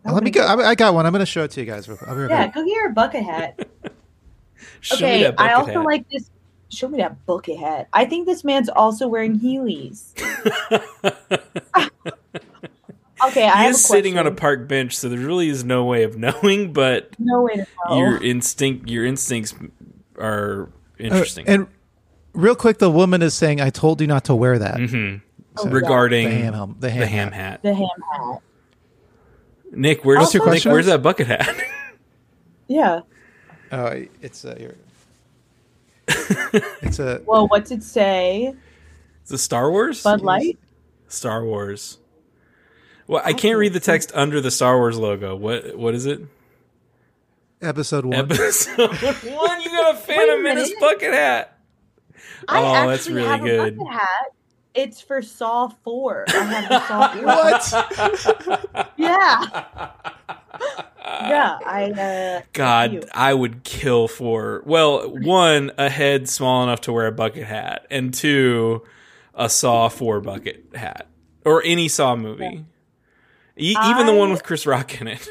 Speaker 2: Uh, Let me go. I, I got one. I'm going to show it to you guys. Real quick. I'll be right
Speaker 4: Yeah,
Speaker 2: back.
Speaker 4: go get your bucket hat.
Speaker 3: Show me
Speaker 4: okay,
Speaker 3: that bucket
Speaker 4: I also
Speaker 3: hat.
Speaker 4: like this. Show me that bucket hat. I think this man's also wearing Heelys. Okay, I
Speaker 3: he
Speaker 4: have a
Speaker 3: is sitting on a
Speaker 4: question.
Speaker 3: park bench, so there really is no way of knowing. But
Speaker 4: No way to know.
Speaker 3: your instinct, your instincts are interesting.
Speaker 2: Uh, And real quick, the woman is saying, "I told you not to wear that."
Speaker 3: Mhm.
Speaker 4: Oh, yeah.
Speaker 2: The
Speaker 3: Regarding
Speaker 2: ham helm. The ham.
Speaker 3: the ham
Speaker 2: hat.
Speaker 3: hat,
Speaker 4: the ham hat.
Speaker 3: Nick, where's
Speaker 4: What's your
Speaker 3: Nick,
Speaker 2: question?
Speaker 3: where's that bucket hat?
Speaker 4: Yeah.
Speaker 2: Oh, it's uh, here. it's a
Speaker 4: Well, what's it say?
Speaker 3: Is it Star Wars?
Speaker 4: Bud Light.
Speaker 3: Star Wars. Well, I can't read the text under the Star Wars logo. What what is it?
Speaker 2: episode one.
Speaker 3: Episode one. You got a
Speaker 4: Wait
Speaker 3: Phantom
Speaker 4: a
Speaker 3: Menace
Speaker 4: minute.
Speaker 3: bucket hat. oh,
Speaker 4: I actually
Speaker 3: that's really
Speaker 4: have
Speaker 3: good.
Speaker 4: a bucket hat. It's for Saw Four. I have the Saw Four.
Speaker 2: What?
Speaker 4: Yeah. yeah, I. Uh,
Speaker 3: God,
Speaker 4: you.
Speaker 3: I would kill for well, one, a head small enough to wear a bucket hat, and two, a saw four bucket hat. Or any saw movie. E- even the
Speaker 4: I-
Speaker 3: one with Chris Rock in it.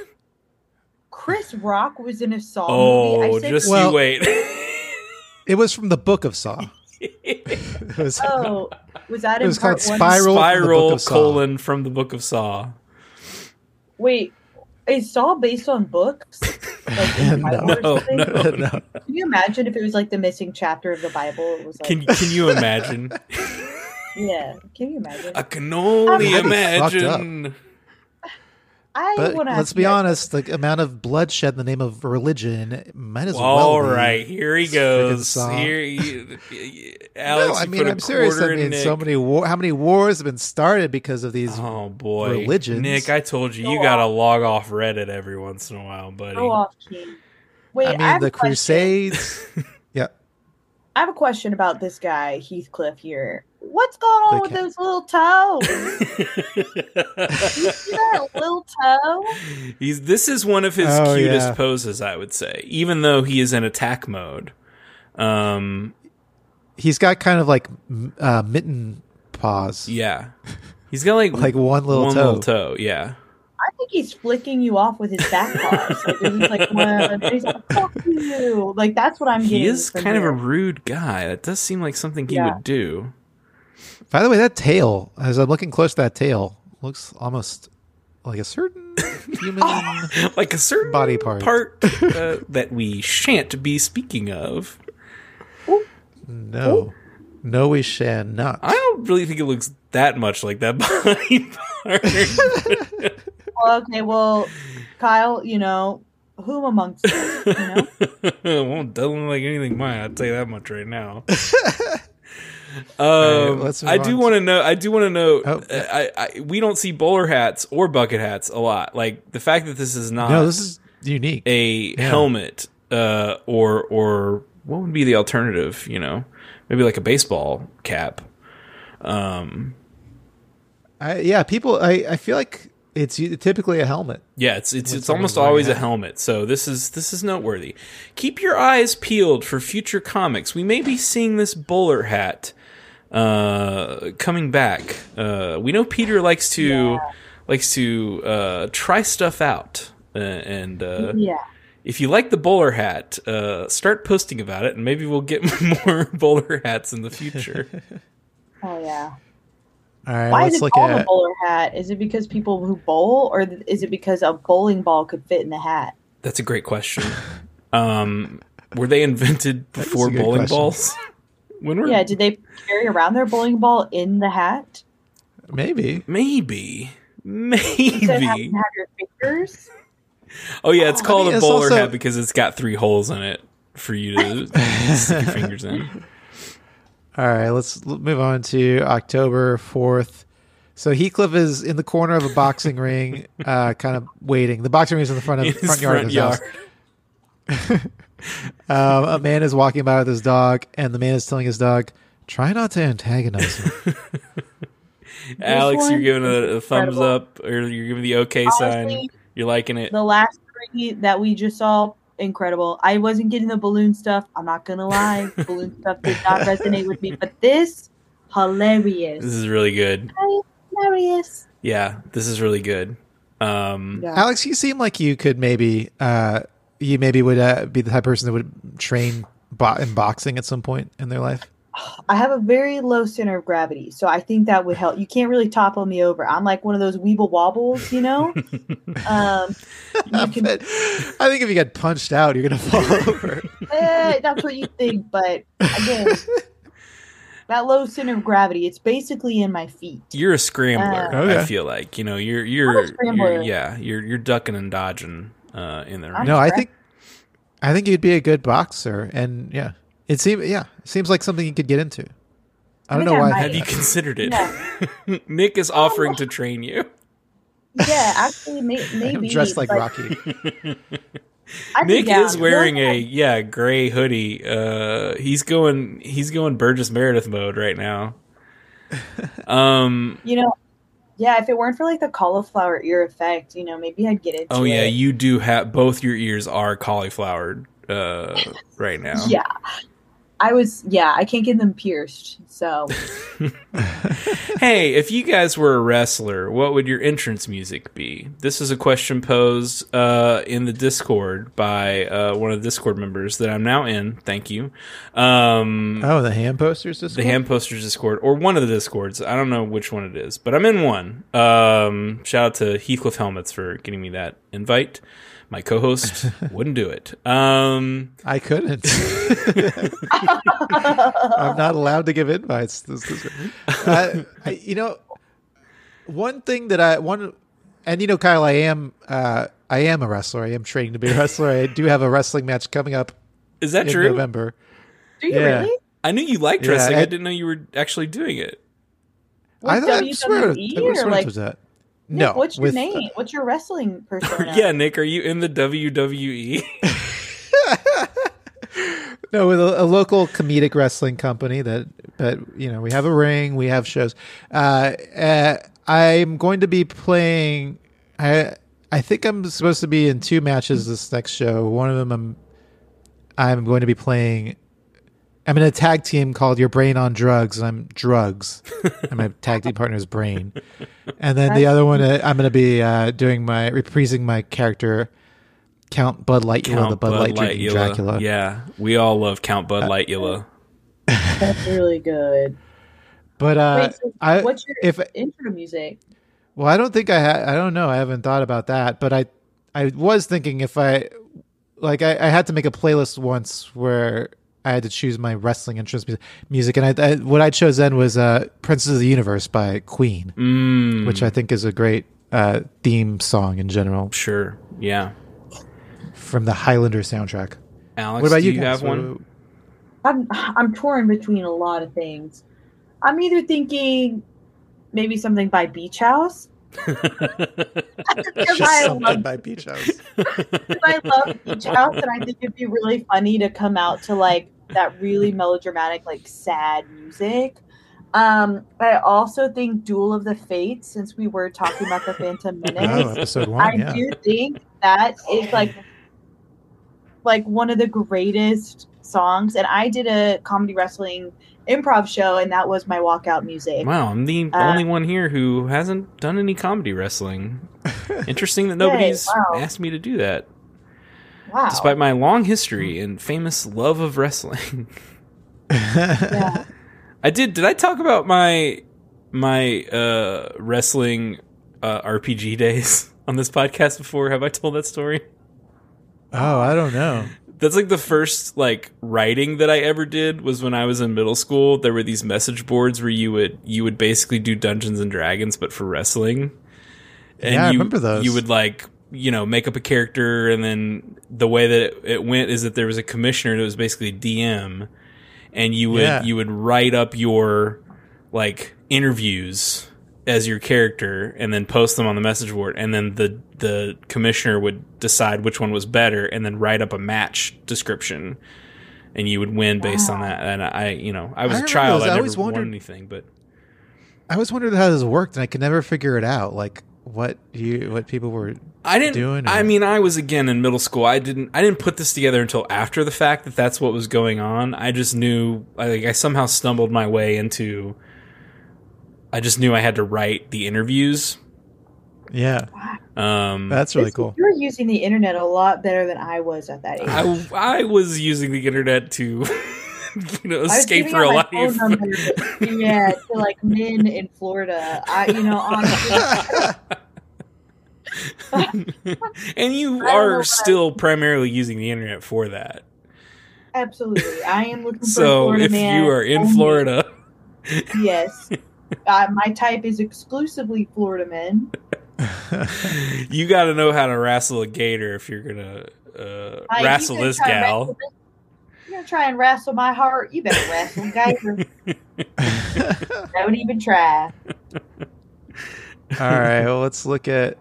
Speaker 4: Chris Rock was in a Saw movie.
Speaker 3: Oh,
Speaker 4: I said,
Speaker 3: just
Speaker 2: Well-
Speaker 3: you wait.
Speaker 2: It was from the Book of Saw. it was,
Speaker 4: oh, was that
Speaker 2: it
Speaker 4: in
Speaker 2: was
Speaker 4: part
Speaker 2: called
Speaker 4: one?
Speaker 2: Spiral. from the Book
Speaker 3: Spiral
Speaker 2: of Saw.
Speaker 3: colon from the Book of Saw.
Speaker 4: Wait, is Saw based on books? Like in the
Speaker 2: No.
Speaker 4: Bible or
Speaker 3: No,
Speaker 4: something?
Speaker 3: no.
Speaker 2: no.
Speaker 4: Can you imagine if it was like the missing chapter of the Bible? It was like,
Speaker 3: Can can you imagine?
Speaker 4: yeah. Can you imagine?
Speaker 3: I can only
Speaker 2: That'd be fucked
Speaker 3: imagine.
Speaker 4: I
Speaker 2: But
Speaker 4: wanna
Speaker 2: let's
Speaker 4: ask
Speaker 2: be
Speaker 4: you-
Speaker 2: honest, the amount of bloodshed in the name of religion might as well.
Speaker 3: All
Speaker 2: be.
Speaker 3: right, here he
Speaker 2: Freaking
Speaker 3: goes.
Speaker 2: Saw.
Speaker 3: Here, you, you-
Speaker 2: No,
Speaker 3: Alex.
Speaker 2: I
Speaker 3: you
Speaker 2: mean,
Speaker 3: put a
Speaker 2: I'm serious. I
Speaker 3: quarter in
Speaker 2: mean, so
Speaker 3: Nick.
Speaker 2: many war, how many wars have been started because of these?
Speaker 3: Oh boy,
Speaker 2: religions.
Speaker 3: Nick, I told you, you
Speaker 4: Go
Speaker 3: gotta log off Reddit every once in a while, buddy.
Speaker 4: Go off, King. Wait,
Speaker 2: I mean,
Speaker 4: have
Speaker 2: the
Speaker 4: a question.
Speaker 2: Crusades. yeah,
Speaker 4: I have a question about this guy Heathcliff here. What's going on
Speaker 2: The
Speaker 4: with
Speaker 2: cat.
Speaker 4: those little toes? You see that little toe?
Speaker 3: He's this is one of his
Speaker 2: Oh,
Speaker 3: cutest
Speaker 2: yeah.
Speaker 3: poses, I would say, even though he is in attack mode. Um,
Speaker 2: he's got kind of like m- uh, mitten paws,
Speaker 3: yeah, he's got like,
Speaker 2: like one little
Speaker 3: one
Speaker 2: toe.
Speaker 3: little toe. Yeah,
Speaker 4: I think he's flicking you off with his back paws. Like, he's like, "Well," and he's like, "Fuck you!" Like that's what I'm getting.
Speaker 3: he is
Speaker 4: from
Speaker 3: kind of a
Speaker 4: here.
Speaker 3: rude guy. That does seem like something he
Speaker 4: Yeah.
Speaker 3: would do.
Speaker 2: By the way, that tail. As I'm looking close to that tail, looks almost like a certain human.
Speaker 4: Oh.
Speaker 3: like a certain
Speaker 2: Body part.
Speaker 3: part uh, that we shan't be speaking of.
Speaker 2: no, no, we shall not.
Speaker 3: I don't really think it looks that much like that body part.
Speaker 4: Well, okay, well, Kyle, you know whom amongst us, you know?
Speaker 3: it won't doesn't look like anything mine. I'll tell you that much right now.
Speaker 2: All
Speaker 3: um,
Speaker 2: right, let's move
Speaker 3: I do
Speaker 2: on.
Speaker 3: want to know. I do want to know.
Speaker 2: Oh.
Speaker 3: uh, I, I we don't see bowler hats or bucket hats a lot. Like the fact that this is not
Speaker 2: No, this is unique.
Speaker 3: a helmet uh, or or what would be the alternative? You know, maybe like a baseball cap. Um,
Speaker 2: I, yeah, people. I, I feel like it's u- typically a helmet.
Speaker 3: Yeah, it's it's
Speaker 2: When
Speaker 3: it's
Speaker 2: someone's
Speaker 3: almost always
Speaker 2: wearing
Speaker 3: a
Speaker 2: a
Speaker 3: helmet. So this is this is noteworthy. Keep your eyes peeled for future comics. We may be seeing this bowler hat uh, coming back. Uh, we know Peter likes to likes to uh, try stuff out, uh, and uh,
Speaker 2: Mm-hmm.
Speaker 4: yeah.
Speaker 3: if you like the bowler hat, uh, start posting about it, and maybe we'll get more bowler hats in the future.
Speaker 4: Oh yeah.
Speaker 2: All right,
Speaker 4: Why is
Speaker 2: let's
Speaker 4: it
Speaker 2: look
Speaker 4: called a
Speaker 2: at.
Speaker 4: bowler hat? Is it because people who bowl, or th- is it because a bowling ball could fit in the hat?
Speaker 3: That's a great question. Um, were they invented
Speaker 2: is a
Speaker 3: before
Speaker 2: good
Speaker 3: bowling
Speaker 2: question.
Speaker 3: balls? When were
Speaker 4: Yeah, did they carry around their bowling ball in the hat?
Speaker 2: Maybe
Speaker 3: Maybe.
Speaker 4: So it has to
Speaker 3: Maybe.
Speaker 4: have your fingers.
Speaker 3: Oh yeah, it's called
Speaker 2: I mean,
Speaker 3: a
Speaker 2: it's
Speaker 3: bowler
Speaker 2: also-
Speaker 3: hat because it's got three holes in it for you to stick your fingers in.
Speaker 2: All right, let's l- move on to October 4th. So Heathcliff is in the corner of a boxing ring, uh, kind of waiting. The boxing ring is in the front of
Speaker 3: In his
Speaker 2: front yard. of
Speaker 3: front
Speaker 2: his house. Um, a man is walking by with his dog, and the man is telling his dog, "Try not to antagonize him."
Speaker 3: Alex, you're
Speaker 4: one
Speaker 3: giving
Speaker 4: is
Speaker 3: a, a thumbs
Speaker 4: incredible.
Speaker 3: up or you're giving the okay sign.
Speaker 4: Honestly,
Speaker 3: You're liking it.
Speaker 4: the last three that we just saw, incredible. I wasn't getting the balloon stuff. I'm not gonna lie, balloon stuff did not resonate with me. But this, hilarious,
Speaker 3: This is really good.
Speaker 4: hilarious.
Speaker 3: Yeah, this is really good. Um
Speaker 4: Yeah.
Speaker 2: Alex, you seem like you could maybe, uh, you maybe would uh, be the type of person that would train bo- in boxing at some point in their life.
Speaker 4: I have a very low center of gravity, so I think that would help. You can't really topple me over. I'm like one of those weeble wobbles, you know. um, you can,
Speaker 2: But I think if you get punched out, you're gonna fall over.
Speaker 4: eh, that's what you think, but again, that low center of gravity, it's basically in my feet.
Speaker 3: you're a scrambler,
Speaker 2: Uh, Okay.
Speaker 3: I feel like. You know, you're
Speaker 4: I'm a
Speaker 3: you're,
Speaker 4: scrambler.
Speaker 3: you're yeah, you're you're ducking and dodging uh in the
Speaker 4: I'm-
Speaker 3: ring.
Speaker 2: No, I
Speaker 4: correct?
Speaker 2: think I think you'd be a good boxer, and yeah, it seems yeah seems like something you could get into. I
Speaker 4: I
Speaker 2: don't
Speaker 4: think
Speaker 2: know why.
Speaker 4: I might.
Speaker 3: Have you considered it? Nick is offering to train you.
Speaker 4: Yeah, actually, may-
Speaker 2: I am
Speaker 4: maybe
Speaker 2: dressed like
Speaker 4: but
Speaker 2: Rocky.
Speaker 4: I'd be
Speaker 3: Nick
Speaker 4: down.
Speaker 3: is wearing a yeah gray hoodie. Uh, he's going he's going Burgess Meredith mode right now. Um,
Speaker 4: You know, Yeah, if it weren't for like the cauliflower ear effect, you know, maybe I'd get into
Speaker 3: Oh yeah,
Speaker 4: it.
Speaker 3: you do have both your ears are cauliflowered uh, right now.
Speaker 4: Yeah. I was yeah, I can't get them pierced. So
Speaker 3: Hey, if you guys were a wrestler, what would your entrance music be? This is a question posed uh, in the Discord by uh, one of the Discord members that I'm now in. Thank you. Um,
Speaker 2: Oh, the hand posters. Just
Speaker 3: the hand posters discord or one of the discords i don't know which one it is but i'm in one um shout out to heathcliff helmets for getting me that invite my co-host wouldn't do it um
Speaker 2: I couldn't. I'm not allowed to give invites. This, this, uh, I, you know, one thing that I one, and you know, Kyle, I am uh, I am a wrestler. I am training to be a wrestler. I do have a wrestling match coming up
Speaker 3: is that
Speaker 2: in
Speaker 3: true
Speaker 2: November.
Speaker 4: Do you
Speaker 2: Yeah.
Speaker 4: really?
Speaker 3: i knew you liked
Speaker 2: Yeah,
Speaker 3: wrestling I,
Speaker 2: I-
Speaker 3: didn't know you were actually doing it
Speaker 4: What,
Speaker 2: I thought I
Speaker 4: WWE
Speaker 2: swear, I
Speaker 4: or,
Speaker 2: swear
Speaker 4: like-
Speaker 2: it was that.
Speaker 4: Nick,
Speaker 2: No,
Speaker 4: what's your
Speaker 2: with- uh,
Speaker 4: name? What's your wrestling persona?
Speaker 3: yeah nick are you in the E? wwe
Speaker 2: no, with a, a local comedic wrestling company that, that you know, we have a ring, we have shows. Uh, uh, I'm going to be playing. I I think I'm supposed to be in two matches this next show. One of them, I'm I'm going to be playing. I'm in a tag team called Your Brain on Drugs, and I'm drugs, and my tag team partner is Brain. And then the other one, uh, I'm going to be uh, doing my reprising my character, Count Bud Light Yellow, the
Speaker 3: Count
Speaker 2: Bud, Light, drinking
Speaker 3: Lightyear.
Speaker 2: Dracula. Uh,
Speaker 3: yeah we all love count bud Lightyear.
Speaker 4: That's really good.
Speaker 2: But uh,
Speaker 4: Wait, so
Speaker 2: I
Speaker 4: what's your
Speaker 2: if
Speaker 4: intro music?
Speaker 2: well, I don't think I ha- I don't know. I haven't thought about that. But I I was thinking if I like I, I had to make a playlist once where I had to choose my wrestling interest mu- music, and I, I what I chose then was uh, "Princess of the Universe" by Queen,
Speaker 3: mm,
Speaker 2: which I think is a great uh, theme song in general
Speaker 3: sure yeah
Speaker 2: from the Highlander soundtrack.
Speaker 3: alex
Speaker 2: What about
Speaker 3: do
Speaker 2: you?
Speaker 3: you,
Speaker 2: guys?
Speaker 3: have one
Speaker 2: What-
Speaker 4: I'm I'm torn between a lot of things. I'm either thinking maybe something by Beach House. 'Cause
Speaker 2: Just
Speaker 4: I
Speaker 2: something
Speaker 4: love,
Speaker 2: by Beach House.
Speaker 4: 'cause I love Beach House, and I think it'd be really funny to come out to like that really melodramatic, like sad music. Um, I also think Duel of the Fates, since we were talking about the Phantom Menace.
Speaker 2: Oh, episode
Speaker 4: I
Speaker 2: one. Yeah.
Speaker 4: do think that is like like one of the greatest songs. And I did a comedy wrestling improv show, and that was my walkout music.
Speaker 3: Wow, I'm the
Speaker 4: Uh,
Speaker 3: only one here who hasn't done any comedy wrestling. Interesting that nobody's
Speaker 4: wow.
Speaker 3: asked me to do that,
Speaker 4: Wow.
Speaker 3: despite my long history and famous love of wrestling.
Speaker 4: yeah.
Speaker 3: I did. Did I talk about my my uh, wrestling uh, RPG days on this podcast before? Have I told that story?
Speaker 2: oh, I don't know.
Speaker 3: That's like the first like writing that I ever did was when I was in middle school. There were these message boards where you would you would basically do Dungeons and Dragons but for wrestling. And
Speaker 2: Yeah, I
Speaker 3: you,
Speaker 2: remember those.
Speaker 3: You would like you know make up a character, and then the way that it, it went is that there was a commissioner that was basically DM, and you would
Speaker 2: Yeah.
Speaker 3: you would write up your like interviews as your character and then post them on the message board and then the the commissioner would decide which one was better and then write up a match description and you would win based on that and i you know i was
Speaker 2: I
Speaker 3: a
Speaker 2: remember
Speaker 3: child
Speaker 2: those. I
Speaker 3: i, never
Speaker 2: always
Speaker 3: won
Speaker 2: wondered-
Speaker 3: anything but
Speaker 2: I always wondered how this worked, and I could never figure it out. Like what you, what people were.
Speaker 3: I didn't.
Speaker 2: doing,
Speaker 3: I
Speaker 2: or-
Speaker 3: mean, I was again in middle school. I didn't. I didn't put this together until after the fact that that's what was going on. I just knew. I, like I somehow stumbled my way into. I just knew I had to write the interviews.
Speaker 2: Yeah,
Speaker 3: Um,
Speaker 2: that's really
Speaker 4: This-
Speaker 2: cool.
Speaker 4: You were using the internet a lot better than I was at that age. I,
Speaker 3: I I was using the internet to, you know,
Speaker 4: was
Speaker 3: escape
Speaker 4: giving out
Speaker 3: real
Speaker 4: my
Speaker 3: life.
Speaker 4: phone number, yeah, to like men in Florida. I, you know, honestly,
Speaker 3: and you
Speaker 4: I don't know what I-
Speaker 3: are still primarily using the internet for that.
Speaker 4: absolutely, I am looking for a
Speaker 3: So
Speaker 4: Florida
Speaker 3: if
Speaker 4: man.
Speaker 3: you are in
Speaker 4: only.
Speaker 3: Florida.
Speaker 4: yes, uh, my type is exclusively Florida men.
Speaker 3: you got to know how to wrestle a gator if you're gonna uh,
Speaker 4: Like, you
Speaker 3: wrestle
Speaker 4: gonna
Speaker 3: this
Speaker 4: try and
Speaker 3: gal.
Speaker 4: wrestle this- You're gonna try and wrestle my heart. You better wrestle, Gator. Don't even try.
Speaker 2: All right, well, let's look at.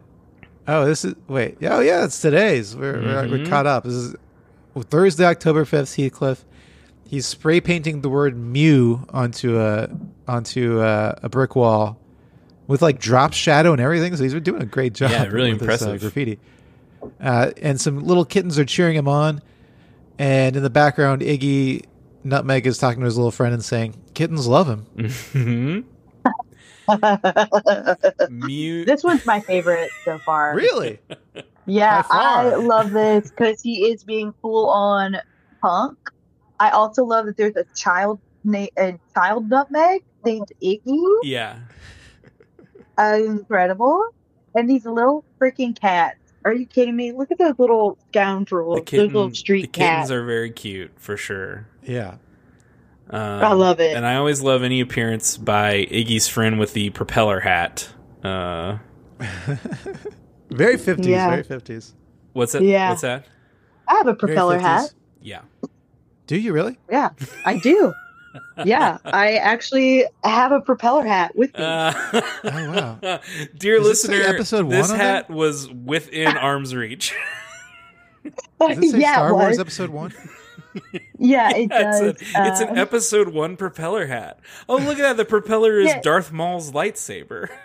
Speaker 2: Oh, this is wait. Oh, yeah, it's today's. We're we're, we're
Speaker 3: Mhm.
Speaker 2: caught up. This is Thursday, October fifth. Heathcliff. He's spray painting the word "mew" onto a onto a, a brick wall, with like drop shadow and everything. So he's been doing a great job.
Speaker 3: Yeah, really
Speaker 2: with this, uh,
Speaker 3: impressive.
Speaker 2: graffiti. Uh, and some little kittens are cheering him on. And in the background, Iggy Nutmeg is talking to his little friend and saying, "Kittens love him."
Speaker 3: Mhm. Mute.
Speaker 4: This one's my favorite so far.
Speaker 2: Really?
Speaker 4: Yeah,
Speaker 2: By far.
Speaker 4: I love this because he is being full on punk. I also love that there's a child na- a child nutmeg named Iggy.
Speaker 3: Yeah.
Speaker 4: Uh, incredible. And these little freaking cats. Are you kidding me? Look at those little scoundrels.
Speaker 3: The,
Speaker 4: those little
Speaker 3: kitten, the
Speaker 4: street
Speaker 3: kittens
Speaker 4: cats.
Speaker 3: are very cute for sure.
Speaker 2: Yeah.
Speaker 3: Um,
Speaker 4: I love it.
Speaker 3: And I always love any appearance by Iggy's friend with the propeller hat. Uh,
Speaker 2: Very fifties.
Speaker 4: Yeah.
Speaker 2: Very fifties.
Speaker 3: what's that?
Speaker 4: Yeah.
Speaker 3: What's that?
Speaker 4: I have a propeller hat.
Speaker 3: Yeah.
Speaker 2: Do you really?
Speaker 4: Yeah, I do. yeah, I actually have a propeller hat with me.
Speaker 3: Uh,
Speaker 2: Oh,
Speaker 3: Dear
Speaker 2: Does it say
Speaker 3: listener,
Speaker 2: episode
Speaker 3: this
Speaker 2: one on
Speaker 3: hat was within arm's reach.
Speaker 2: Does it say
Speaker 4: yeah,
Speaker 2: Star
Speaker 4: it
Speaker 2: Wars
Speaker 4: was.
Speaker 2: Episode One?
Speaker 3: Oh,
Speaker 4: Yeah, it does.
Speaker 3: it's, a- it's
Speaker 4: Uh,
Speaker 3: an episode one propeller hat. Oh, look at that. The propeller is
Speaker 4: Yeah.
Speaker 3: Darth Maul's lightsaber.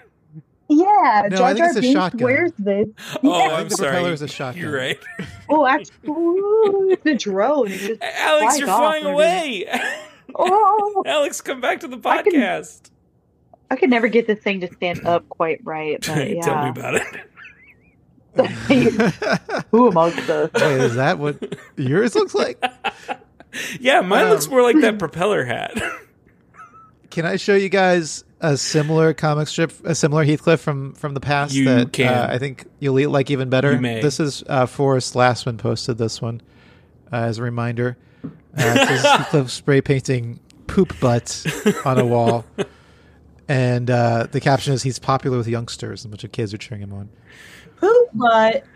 Speaker 4: Yeah,
Speaker 2: No, I
Speaker 4: Jar
Speaker 2: think
Speaker 4: Jar
Speaker 2: it's a
Speaker 4: Binks
Speaker 2: shotgun.
Speaker 4: wears this.
Speaker 3: Oh,
Speaker 2: I
Speaker 3: I'm
Speaker 2: think the
Speaker 3: sorry.
Speaker 2: propeller is a shotgun.
Speaker 3: You're right.
Speaker 4: Oh, actually, ooh, it's a drone. It's just,
Speaker 3: Alex,
Speaker 4: Fly
Speaker 3: you're
Speaker 4: golf,
Speaker 3: flying
Speaker 4: maybe.
Speaker 3: away.
Speaker 4: oh,
Speaker 3: Alex, come back to the
Speaker 4: I can- Oh,
Speaker 3: podcast.
Speaker 4: I could never get this thing to stand up quite right. But yeah.
Speaker 3: Tell me about it.
Speaker 4: Who amongst us?
Speaker 2: Wait, is that what yours looks like?
Speaker 3: Yeah, mine
Speaker 2: Um,
Speaker 3: looks more like that propeller hat.
Speaker 2: Can I show you guys a similar comic strip, a similar Heathcliff from from the past
Speaker 3: You
Speaker 2: that
Speaker 3: can.
Speaker 2: Uh, I think you'll eat like even better?
Speaker 3: You may.
Speaker 2: This is uh, Forrest Lastman posted this one uh, as a reminder. Uh, it says Heathcliff spray painting poop butts on a wall, and uh, the caption is he's popular with youngsters, and a bunch of kids are cheering him on.
Speaker 4: Poop butt.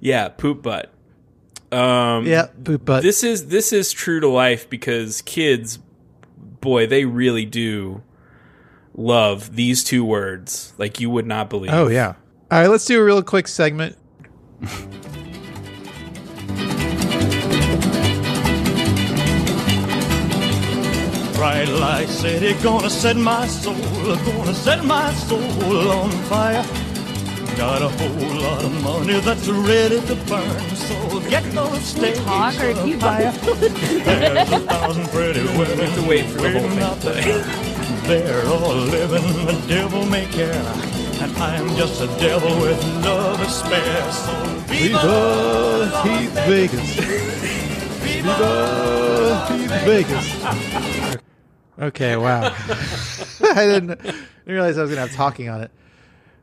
Speaker 3: yeah, poop butt. Um,
Speaker 2: Yeah, poop butt.
Speaker 3: This is this is true to life because kids, boy, they really do love these two words like you would not believe.
Speaker 2: oh yeah. All right, let's do a real quick segment.
Speaker 6: Bright light city, gonna set my soul, gonna set my soul on fire. Got a whole lot of money that's ready to burn, so get those stakes
Speaker 7: talk or do you
Speaker 6: on fire. There's a thousand pretty women
Speaker 3: have to wait for the whole
Speaker 6: waiting
Speaker 3: thing
Speaker 6: out
Speaker 3: to play.
Speaker 6: there. They're all living the devil may care, and I'm just a devil with love to spare. So
Speaker 2: Viva Heath Vegas. Viva Heath Vegas. Okay, wow. I didn't, didn't realize I was going to have talking on it.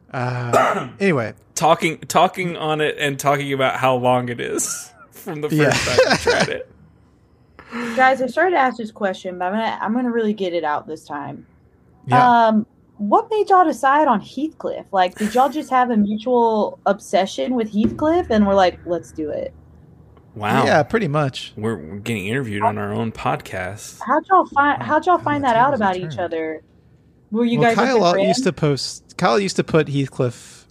Speaker 2: Uh, anyway,
Speaker 3: Talking talking on it and talking about how long it is from the first
Speaker 2: Yeah.
Speaker 3: time you tried it.
Speaker 4: Guys, I started to ask this question, but I'm gonna I'm gonna really get it out this time.
Speaker 2: yeah.
Speaker 4: Um, what made y'all decide on Heathcliff? Like, did y'all just have a mutual obsession with Heathcliff, and we're like, let's do it?
Speaker 3: Wow.
Speaker 2: Yeah, pretty much.
Speaker 3: We're, we're getting interviewed on our own podcast.
Speaker 4: How'd y'all
Speaker 2: Oh,
Speaker 4: find How'd y'all
Speaker 2: Wow,
Speaker 4: find
Speaker 2: the
Speaker 4: that out
Speaker 2: tables
Speaker 4: about
Speaker 2: have
Speaker 4: each
Speaker 2: turned.
Speaker 4: other? Were you
Speaker 2: well,
Speaker 4: guys
Speaker 2: Kyle uh,
Speaker 4: Kyle
Speaker 2: used to post, Kyle used to put Heathcliff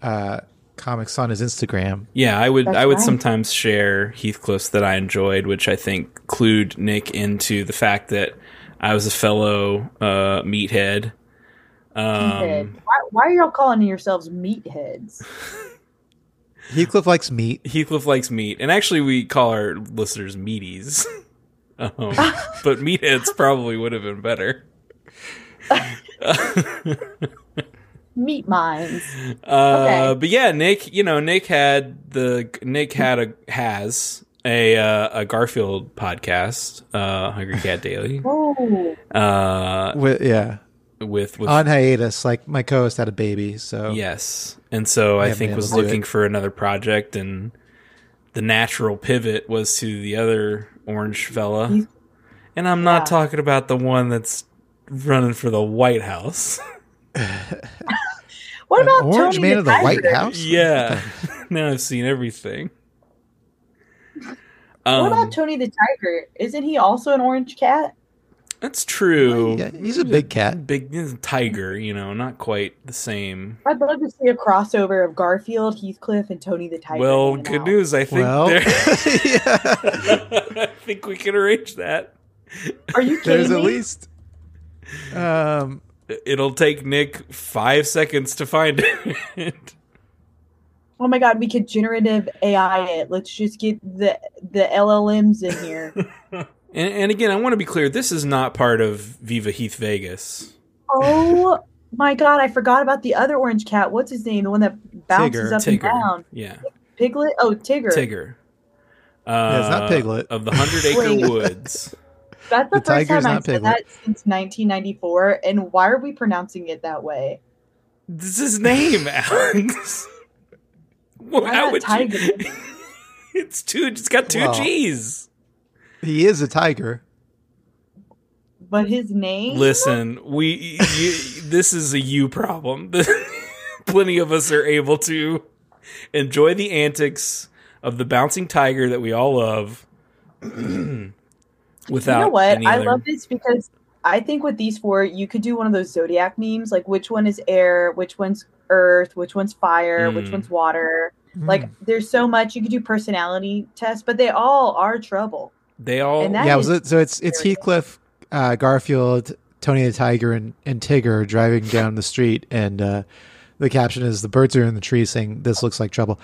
Speaker 2: uh, comics on his Instagram.
Speaker 3: Yeah, I would
Speaker 4: That's
Speaker 3: I would
Speaker 4: right.
Speaker 3: sometimes share Heathcliff's that I enjoyed, which I think clued Nick into the fact that I was a fellow uh, meathead. Um,
Speaker 4: why, why are y'all calling yourselves meatheads?
Speaker 2: Heathcliff likes meat.
Speaker 3: Heathcliff likes meat, and actually, we call our listeners meaties. um, but meatheads probably would have been better.
Speaker 4: Meat minds.
Speaker 3: Uh
Speaker 4: Okay.
Speaker 3: but yeah, Nick, you know, Nick had the Nick had a has a uh, a Garfield podcast, uh, Hungry Cat Daily,
Speaker 4: Oh,
Speaker 3: uh,
Speaker 2: With, yeah.
Speaker 3: with with
Speaker 2: On hiatus, like my co host had a baby. So,
Speaker 3: yes, and so I
Speaker 2: Oh. haven't
Speaker 3: think
Speaker 2: been
Speaker 3: was
Speaker 2: able to do
Speaker 3: looking
Speaker 2: it.
Speaker 3: for another project, and the natural pivot was to the other orange fella,
Speaker 4: He's-
Speaker 2: Mm-hmm.
Speaker 3: and I'm not
Speaker 4: Yeah.
Speaker 3: talking about the one that's running for the White House.
Speaker 4: what
Speaker 2: an
Speaker 4: about
Speaker 2: orange
Speaker 4: Tony
Speaker 2: man of the
Speaker 4: Tiger?
Speaker 2: White House?
Speaker 3: yeah, now I've seen everything.
Speaker 4: What
Speaker 3: Um,
Speaker 4: about Tony the Tiger? Isn't he also an orange cat?
Speaker 3: That's true.
Speaker 2: Yeah, he's a big cat.
Speaker 3: Big he's a tiger, you know, not quite the same.
Speaker 4: I'd love to see a crossover of Garfield, Heathcliff, and Tony the Tiger.
Speaker 3: well,
Speaker 4: hanging
Speaker 3: good
Speaker 4: out.
Speaker 3: news. I think
Speaker 2: Well,
Speaker 3: there.
Speaker 2: yeah.
Speaker 3: I think we can arrange that.
Speaker 4: Are you kidding
Speaker 2: There's
Speaker 4: me?
Speaker 2: at least Um,
Speaker 3: It'll take Nick five seconds to find it.
Speaker 4: Oh my god, we could generative AI it. Let's just get the the LLMs in here.
Speaker 3: And, and again, I want to be clear. This is not part of Viva Heath Vegas.
Speaker 4: oh my god, I forgot about the other orange cat. What's his name? The one that bounces
Speaker 2: Tigger,
Speaker 4: up and
Speaker 3: Tigger,
Speaker 4: down.
Speaker 3: yeah,
Speaker 4: Piglet? Oh, Tigger.
Speaker 3: Tigger. Uh,
Speaker 2: it's not Piglet.
Speaker 3: of the Hundred Acre
Speaker 4: Wait.
Speaker 3: Woods.
Speaker 4: That's the,
Speaker 2: The tiger's
Speaker 4: first time I've
Speaker 2: not
Speaker 4: said
Speaker 2: Piglet.
Speaker 4: that since 1994. And why are we pronouncing it that way?
Speaker 3: This is his name, Alex. Well,
Speaker 4: Why
Speaker 3: how
Speaker 4: not
Speaker 3: would you?
Speaker 4: Tiger?
Speaker 3: it's two. It's got two
Speaker 2: Well.
Speaker 3: G's.
Speaker 2: he is a tiger.
Speaker 4: But his name?
Speaker 3: Listen, we you, this is a you problem. Plenty of us are able to enjoy the antics of the bouncing tiger that we all love.
Speaker 4: you
Speaker 3: without
Speaker 4: know what?
Speaker 3: any
Speaker 4: I
Speaker 3: other-
Speaker 4: love this because I think with these four, you could do one of those zodiac memes, like which one is air, which one's earth, which one's fire, which
Speaker 3: Mm.
Speaker 4: one's water. Like there's so much you could do personality tests, but they all are trouble.
Speaker 3: they all.
Speaker 4: and that-
Speaker 2: yeah,
Speaker 4: is
Speaker 2: was it, so it's it's
Speaker 4: serious.
Speaker 2: Heathcliff, uh, Garfield, Tony the Tiger, and, and Tigger driving down the street, and uh, the caption is "The birds are in the tree saying this looks like trouble."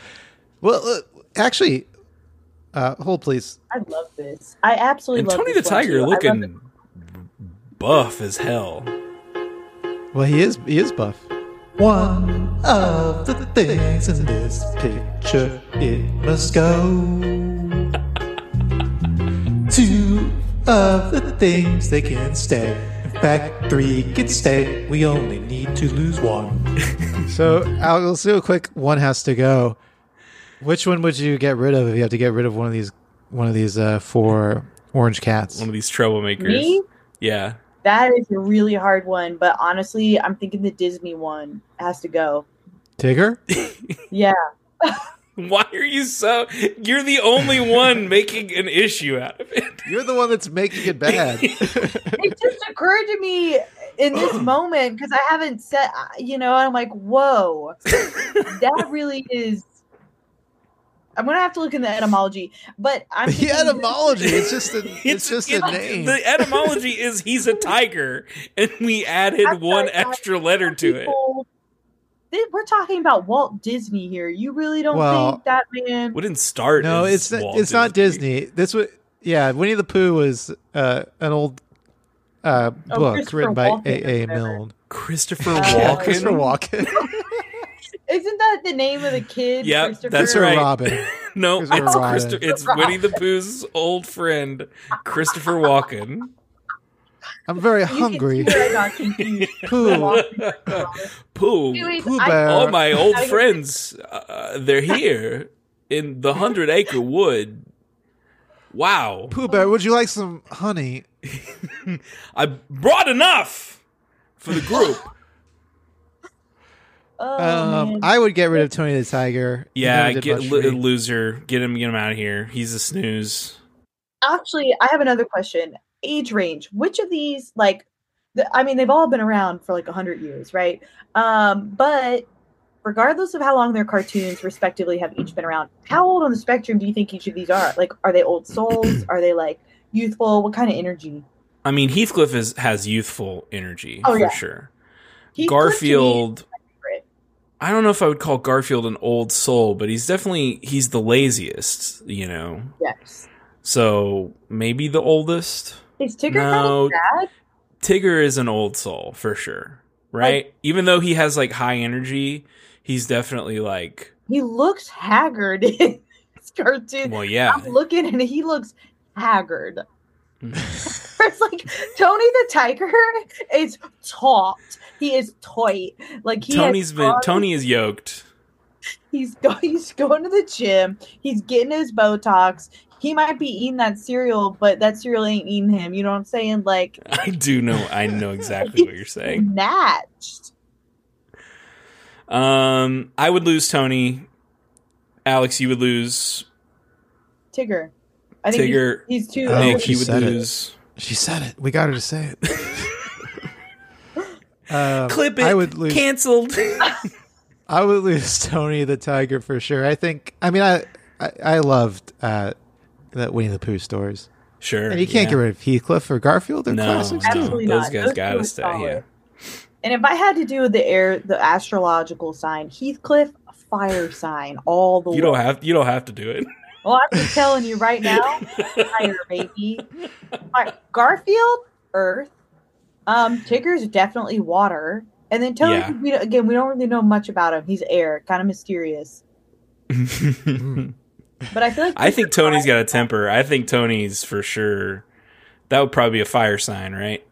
Speaker 2: Well, uh, actually, uh, hold please.
Speaker 4: I love this. I absolutely
Speaker 3: and
Speaker 4: love
Speaker 3: Tony the
Speaker 4: this one, too. I
Speaker 3: tiger
Speaker 4: love it.
Speaker 3: looking buff as hell.
Speaker 2: Well, he is he is buff. One of the things in this picture it must go. Two of the things they can stay. In fact, three can stay. We only need to lose one. so Al, let's do a quick one has to go. Which one would you get rid of if you had to get rid of one of these one of these uh, four orange cats?
Speaker 3: One of these troublemakers.
Speaker 4: Me?
Speaker 3: Yeah.
Speaker 4: That is a really hard one, but honestly, I'm thinking the Disney one has to go.
Speaker 2: Tigger?
Speaker 4: Yeah,
Speaker 3: Why are you so? You're the only one making an issue out of it.
Speaker 2: You're the one that's making it bad.
Speaker 4: it just occurred to me in this moment because I haven't said, uh, you know, I'm like, whoa, that really is. I'm gonna have to look in the etymology, but I'm
Speaker 2: the
Speaker 4: thinking-
Speaker 2: etymology. It's just a, it's, just a
Speaker 3: it-
Speaker 2: name.
Speaker 3: The etymology is he's a tiger, and we added
Speaker 4: I'm
Speaker 3: one
Speaker 4: sorry, guys,
Speaker 3: extra letter to it.
Speaker 4: people- thi- We're talking about Walt Disney here. You really don't
Speaker 2: Well-
Speaker 4: think that man?
Speaker 3: We didn't start.
Speaker 2: no,
Speaker 3: as
Speaker 2: it's
Speaker 3: Walt
Speaker 2: not, it's not Disney. This was yeah. Winnie the Pooh was uh, an old uh,
Speaker 4: Oh,
Speaker 2: book
Speaker 4: Christopher
Speaker 2: written by
Speaker 4: Walken or
Speaker 2: A. A.
Speaker 4: whatever.
Speaker 2: Milne.
Speaker 3: Christopher
Speaker 4: Uh,
Speaker 2: Yeah,
Speaker 3: Walken.
Speaker 2: Christopher Walken.
Speaker 4: Isn't that the name of the kid?
Speaker 3: Yeah,
Speaker 4: Christopher?
Speaker 3: that's
Speaker 2: Christopher
Speaker 3: right.
Speaker 2: Robin.
Speaker 3: No,
Speaker 2: Christopher
Speaker 3: it's,
Speaker 2: Robin.
Speaker 3: Christo- it's Winnie the Pooh's old friend, Christopher Walken.
Speaker 2: I'm very
Speaker 4: You can
Speaker 2: hungry.
Speaker 4: see where I got confused.
Speaker 2: Pooh,
Speaker 3: Pooh.
Speaker 5: Anyways,
Speaker 2: Pooh
Speaker 5: I-
Speaker 2: Bear.
Speaker 3: All Oh my old
Speaker 4: I-
Speaker 3: friends, uh, they're here in the Hundred Acre Wood. Wow.
Speaker 2: Pooh Bear, would you like some honey?
Speaker 3: I brought enough for the group.
Speaker 4: Oh,
Speaker 2: Um,
Speaker 4: man.
Speaker 2: I would get rid of Tony the Tiger. He
Speaker 3: Yeah,
Speaker 2: never did
Speaker 3: get
Speaker 2: much
Speaker 3: lo-
Speaker 2: for me.
Speaker 3: loser. Get him. Get him out of here. He's a snooze.
Speaker 4: actually i have another question age range which of these like the, i mean they've all been around for like 100 years right um but regardless of how long their cartoons respectively have each been around how old on the spectrum do you think each of these are like are they old souls are they like youthful what kind of energy
Speaker 3: I mean, Heathcliff is has youthful energy
Speaker 4: Oh,
Speaker 3: for
Speaker 4: yeah.
Speaker 3: sure.
Speaker 4: Heathcliff to me-
Speaker 3: Garfield.
Speaker 4: favorite.
Speaker 3: I don't know if I would call Garfield an old soul, but he's definitely he's the laziest. You know,
Speaker 4: yes
Speaker 3: so maybe the oldest.
Speaker 4: is tigger
Speaker 3: No.
Speaker 4: kind of sad
Speaker 3: Tigger is an old soul for sure, right? Even though he has like high energy, he's definitely like,
Speaker 4: he looks haggard in this cartoon
Speaker 3: well, yeah,
Speaker 4: I'm looking and he looks haggard.
Speaker 3: Mm.
Speaker 4: it's like Tony the Tiger is taut. He is toy. Like he
Speaker 3: Tony's
Speaker 4: has
Speaker 3: been
Speaker 4: gone-
Speaker 3: Tony is yoked.
Speaker 4: He's go, he's going to the gym. He's getting his Botox. He might be eating that cereal, but that cereal ain't eating him. You know what I'm saying? Like
Speaker 3: I do know. I know exactly what you're saying.
Speaker 4: snatched.
Speaker 3: Um, I would lose Tony. Alex, you would lose
Speaker 4: Tigger. I think he's-
Speaker 3: Tigger.
Speaker 4: he's, too.
Speaker 2: Oh,
Speaker 3: Nick,
Speaker 2: she
Speaker 3: you would
Speaker 2: said it.
Speaker 3: lose.
Speaker 2: She said it. We got her to say it. Um,
Speaker 3: Clip it.
Speaker 2: I would lose
Speaker 3: Cancelled.
Speaker 2: I would lose Tony the Tiger for sure. I think. I mean, I I, I loved uh, that Winnie the Pooh stories.
Speaker 3: Sure.
Speaker 2: And you can't
Speaker 3: yeah.
Speaker 2: get rid of Heathcliff or Garfield. They're
Speaker 3: No,
Speaker 2: classics
Speaker 3: no.
Speaker 2: too.
Speaker 4: Absolutely
Speaker 3: Those
Speaker 4: not.
Speaker 3: guys
Speaker 4: Those
Speaker 3: gotta
Speaker 4: two are
Speaker 3: stay,
Speaker 4: solid.
Speaker 3: yeah.
Speaker 4: And if I had to do the air, the astrological sign, Heathcliff, fire sign, all the
Speaker 3: You
Speaker 4: way.
Speaker 3: don't have you don't have to do it.
Speaker 4: well, I'm just telling you right now, fire, baby. Fire. Garfield, earth. Um, Tigger's definitely water. And then Toad,
Speaker 3: Yeah.
Speaker 4: we, don't- again, we don't really know much about him. He's air, kind of mysterious.
Speaker 2: Mm.
Speaker 4: But I feel like
Speaker 3: I think Tony's got a temper. I think Tony's for sure. That would probably be a fire sign, right?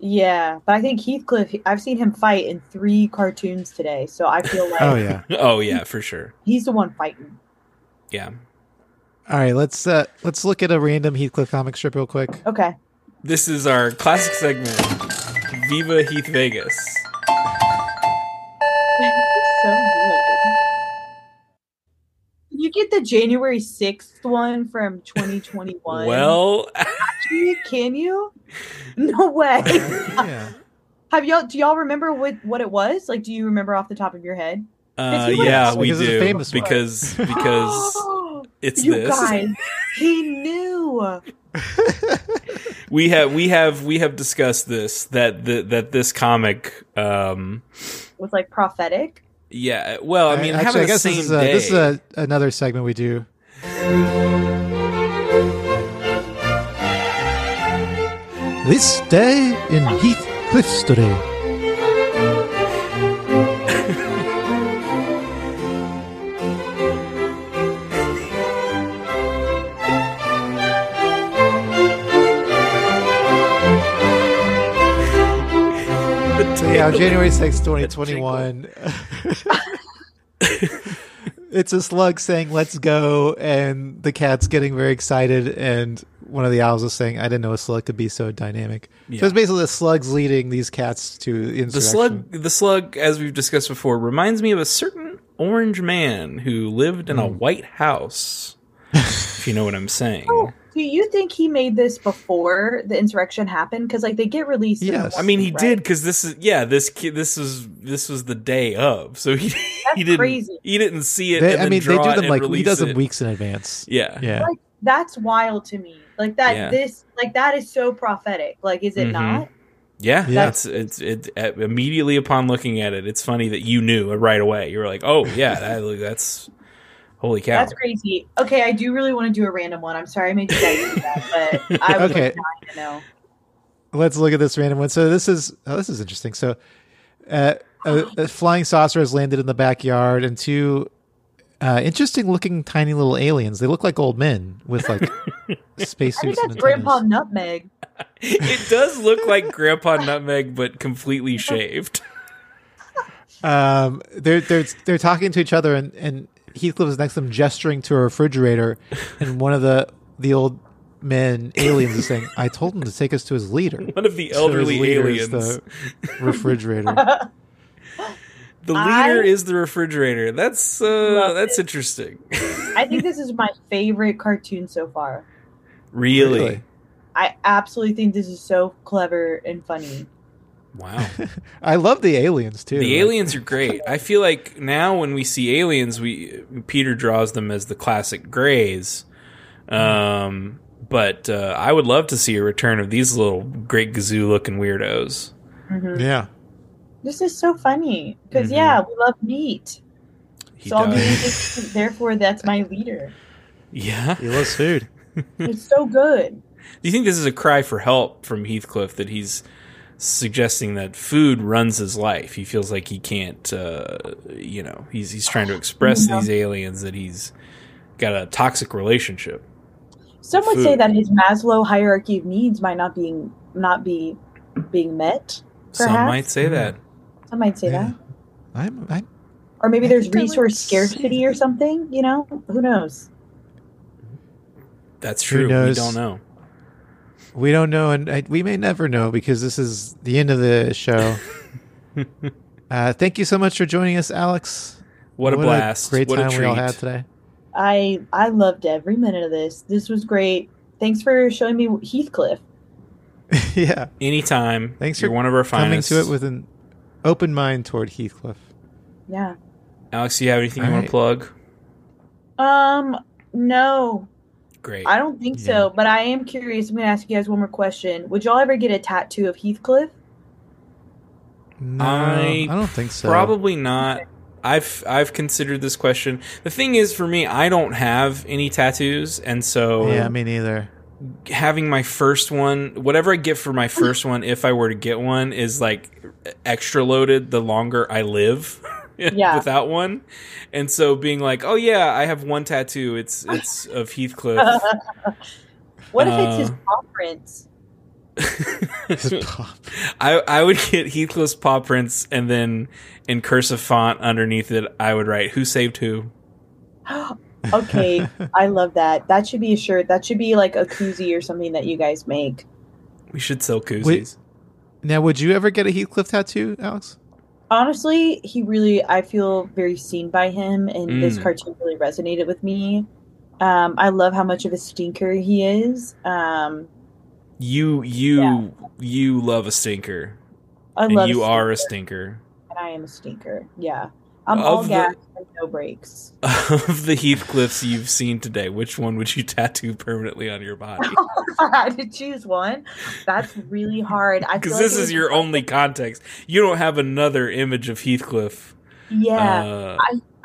Speaker 4: Yeah, but I think Heathcliff. I've seen him fight in three cartoons today, so I feel like
Speaker 2: Oh yeah.
Speaker 3: Oh yeah, for sure.
Speaker 4: he's the one fighting.
Speaker 3: Yeah.
Speaker 2: All right, let's uh let's look at a random Heathcliff comic strip real quick.
Speaker 4: Okay.
Speaker 3: This is our classic segment. Viva Heath Vegas.
Speaker 4: so good. Can you get the January 6th one from 2021?
Speaker 3: Well,
Speaker 4: Actually, can you? No way.
Speaker 2: yeah.
Speaker 4: Have y'all do y'all remember what what it was? Like do you remember off the top of your head?
Speaker 3: uh,
Speaker 4: you
Speaker 3: yeah,
Speaker 4: would've-
Speaker 3: we
Speaker 2: Because it's a
Speaker 3: do
Speaker 2: famous one.
Speaker 3: because because it's
Speaker 4: you
Speaker 3: this.
Speaker 4: guys, he knew.
Speaker 3: We have we have we have discussed this that the, that this comic um
Speaker 4: Was like prophetic.
Speaker 3: yeah, well, I mean, having
Speaker 2: actually, I
Speaker 3: the
Speaker 2: guess
Speaker 3: same
Speaker 2: this is, uh,
Speaker 3: day.
Speaker 2: this is uh another segment we do. This day in Heathcliff history. So yeah, on January sixth, twenty twenty one. It's a slug saying "Let's go," and the cat's getting very excited, and one of the owls is saying, "I didn't know a slug could be so dynamic." So it's basically the slugs leading these cats to insurrection.
Speaker 3: The slug, the slug, as we've discussed before, reminds me of a certain orange man who lived in a
Speaker 2: Hmm.
Speaker 3: white house. if you know what I'm saying.
Speaker 4: Do you think he made this before the insurrection happened? Because like they get released. in the
Speaker 2: Yes.
Speaker 3: I mean, he
Speaker 4: morning,
Speaker 3: did
Speaker 4: right?
Speaker 3: because this is yeah. This ki- this was this was the day of, so he he didn't
Speaker 4: crazy.
Speaker 3: he didn't see it.
Speaker 2: They-
Speaker 3: and
Speaker 2: I
Speaker 3: then
Speaker 2: mean, they
Speaker 3: draw
Speaker 2: do
Speaker 3: it
Speaker 2: them
Speaker 3: and
Speaker 2: like he
Speaker 3: release
Speaker 2: does them
Speaker 3: it.
Speaker 2: weeks in advance.
Speaker 3: Yeah,
Speaker 2: Yeah,
Speaker 4: That's wild to me. Like that.
Speaker 3: Yeah.
Speaker 4: This like that is so prophetic. Like is it
Speaker 3: Mhm.
Speaker 4: not?
Speaker 3: yeah.
Speaker 2: That's-
Speaker 3: That's it's it, uh, immediately upon looking at it. It's funny that you knew right away. You were like, oh yeah, that, that's holy cow.
Speaker 4: That's crazy. Okay, I do really want to do a random one. I'm sorry I made you guys do that, but I was
Speaker 2: Okay.
Speaker 4: okay. dying to know.
Speaker 2: let's look at this random one. So this is oh, this is interesting. So uh, a, a flying saucer has landed in the backyard, and two uh, interesting looking tiny little aliens. They look like old men with like
Speaker 4: I think
Speaker 2: spacesuits.
Speaker 4: that's
Speaker 2: and
Speaker 4: Grandpa
Speaker 2: antennas.
Speaker 4: Nutmeg.
Speaker 3: it does look like Grandpa Nutmeg, but completely shaved.
Speaker 2: um, they're they're they're talking to each other, and and Heathcliff is next to them, gesturing to a refrigerator, and one of the the old men aliens is saying, "I told him to take us to his leader."
Speaker 3: One of the
Speaker 2: So his
Speaker 3: elderly
Speaker 2: leader is
Speaker 3: aliens.
Speaker 2: the
Speaker 3: The,
Speaker 2: refrigerator.
Speaker 3: leader
Speaker 4: I-
Speaker 3: is the refrigerator. That's uh,
Speaker 4: Love
Speaker 3: that's interesting.
Speaker 4: I think this is my favorite cartoon so far.
Speaker 3: really?
Speaker 2: Really?
Speaker 4: I absolutely think this is so clever and funny.
Speaker 3: Wow.
Speaker 2: I love the aliens too.
Speaker 3: The
Speaker 2: Like,
Speaker 3: aliens are great. I feel like now when we see aliens, we Peter draws them as the classic grays. Um, but uh, I would love to see a return of these little great gazoo looking weirdos. Mm-hmm.
Speaker 4: Mhm.
Speaker 2: Yeah.
Speaker 4: This is so funny because
Speaker 3: Mhm.
Speaker 4: yeah, we love meat.
Speaker 3: He
Speaker 4: so I'll do
Speaker 3: does.
Speaker 4: this. Therefore, that's my leader.
Speaker 3: Yeah.
Speaker 2: He loves food.
Speaker 4: It's so good.
Speaker 3: Do you think this is a cry for help from Heathcliff that he's suggesting that food runs his life? He feels like he can't, uh, you know, he's he's trying to express to
Speaker 4: Yeah.
Speaker 3: these aliens that he's got a toxic relationship.
Speaker 4: Some would say
Speaker 3: Food.
Speaker 4: that his Maslow hierarchy of needs might not being not be being met.
Speaker 3: Some
Speaker 4: Perhaps.
Speaker 3: might say that.
Speaker 2: Mm-hmm.
Speaker 4: Some might say
Speaker 2: Yeah.
Speaker 4: that.
Speaker 2: I'm, I'm
Speaker 4: or maybe
Speaker 2: I
Speaker 4: there's
Speaker 2: think I would
Speaker 4: resource
Speaker 2: say
Speaker 4: scarcity or something you know who knows
Speaker 3: That's
Speaker 2: Who
Speaker 3: true. We
Speaker 2: knows?
Speaker 3: don't know.
Speaker 2: we don't know, and I, we may never know because this is the end of the show. uh, thank you so much for joining us, Alex.
Speaker 3: What a blast!
Speaker 2: great
Speaker 3: what
Speaker 2: time
Speaker 3: a treat.
Speaker 2: we all had today.
Speaker 4: i i loved every minute of this this was great thanks for showing me heathcliff
Speaker 2: yeah.
Speaker 3: Anytime.
Speaker 2: Thanks
Speaker 3: You're
Speaker 2: for
Speaker 3: one of our
Speaker 2: Coming
Speaker 3: finest.
Speaker 2: to it with an open mind toward Heathcliff.
Speaker 4: yeah
Speaker 3: Alex. Do you have anything you
Speaker 2: All
Speaker 3: want
Speaker 2: right.
Speaker 3: to plug?
Speaker 4: um no
Speaker 3: Great.
Speaker 4: I don't think so, but I am curious. I'm going to ask you guys one more question. Would y'all ever get a tattoo of Heathcliff?
Speaker 2: No,
Speaker 3: I
Speaker 2: I, don't think so.
Speaker 3: Probably not. I've I've considered this question. The thing is, for me, I don't have any tattoos, and so
Speaker 2: Yeah, me neither.
Speaker 3: having my first one, whatever I get for my first one, if I were to get one, is like extra loaded the longer I live
Speaker 4: Yeah.
Speaker 3: without one. And so being like, oh yeah, I have one tattoo. It's it's of Heathcliff.
Speaker 4: What if it's his
Speaker 3: Uh.
Speaker 4: paw prints?
Speaker 3: I I would get Heathcliff's paw prints, and then in cursive font underneath it, I would write who saved who.
Speaker 4: okay, I love that. That should be a shirt. That should be like a koozie or something that you guys make.
Speaker 3: We should sell koozies.
Speaker 2: Wait. now, would you ever get a Heathcliff tattoo, Alex?
Speaker 4: Honestly, he really, I feel very seen by him, and this
Speaker 3: Mm.
Speaker 4: cartoon really resonated with me. Um, I love how much of a stinker he is. Um,
Speaker 3: You you
Speaker 4: Yeah.
Speaker 3: you love a stinker,
Speaker 4: I
Speaker 3: and
Speaker 4: love
Speaker 3: you
Speaker 4: a
Speaker 3: are a
Speaker 4: stinker,
Speaker 3: stinker.
Speaker 4: and I am a stinker. Yeah, I'm
Speaker 3: Of
Speaker 4: all
Speaker 3: the-
Speaker 4: gas and no brakes.
Speaker 3: Of the Heathcliffs you've seen today, which one would you tattoo permanently on your body?
Speaker 4: I had to choose one. That's really hard. I feel
Speaker 3: Because
Speaker 4: like
Speaker 3: this
Speaker 4: it
Speaker 3: is
Speaker 4: would-
Speaker 3: your only context. You don't have another image of Heathcliff.
Speaker 4: yeah.
Speaker 3: Uh,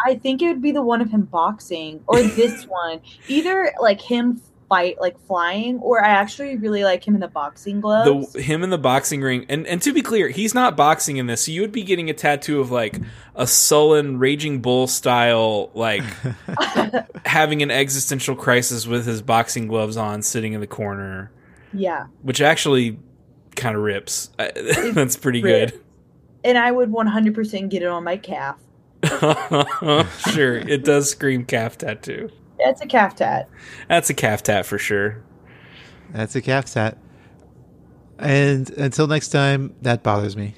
Speaker 4: I think it would be the one of him boxing or this one. Either like him fight like flying, or I actually really like him in the boxing gloves.
Speaker 3: the him in the boxing ring and and to be clear he's not boxing in this so you would be getting a tattoo of like a sullen raging bull style like having an existential crisis with his boxing gloves on sitting in the corner
Speaker 4: yeah.
Speaker 3: which actually kind of rips I- that's pretty good
Speaker 4: And I would 100% get it on my calf.
Speaker 3: sure it does scream calf tattoo
Speaker 4: That's a calf tat.
Speaker 3: that's a calf tat for sure
Speaker 2: That's a calf tat. And until next time, that bothers me.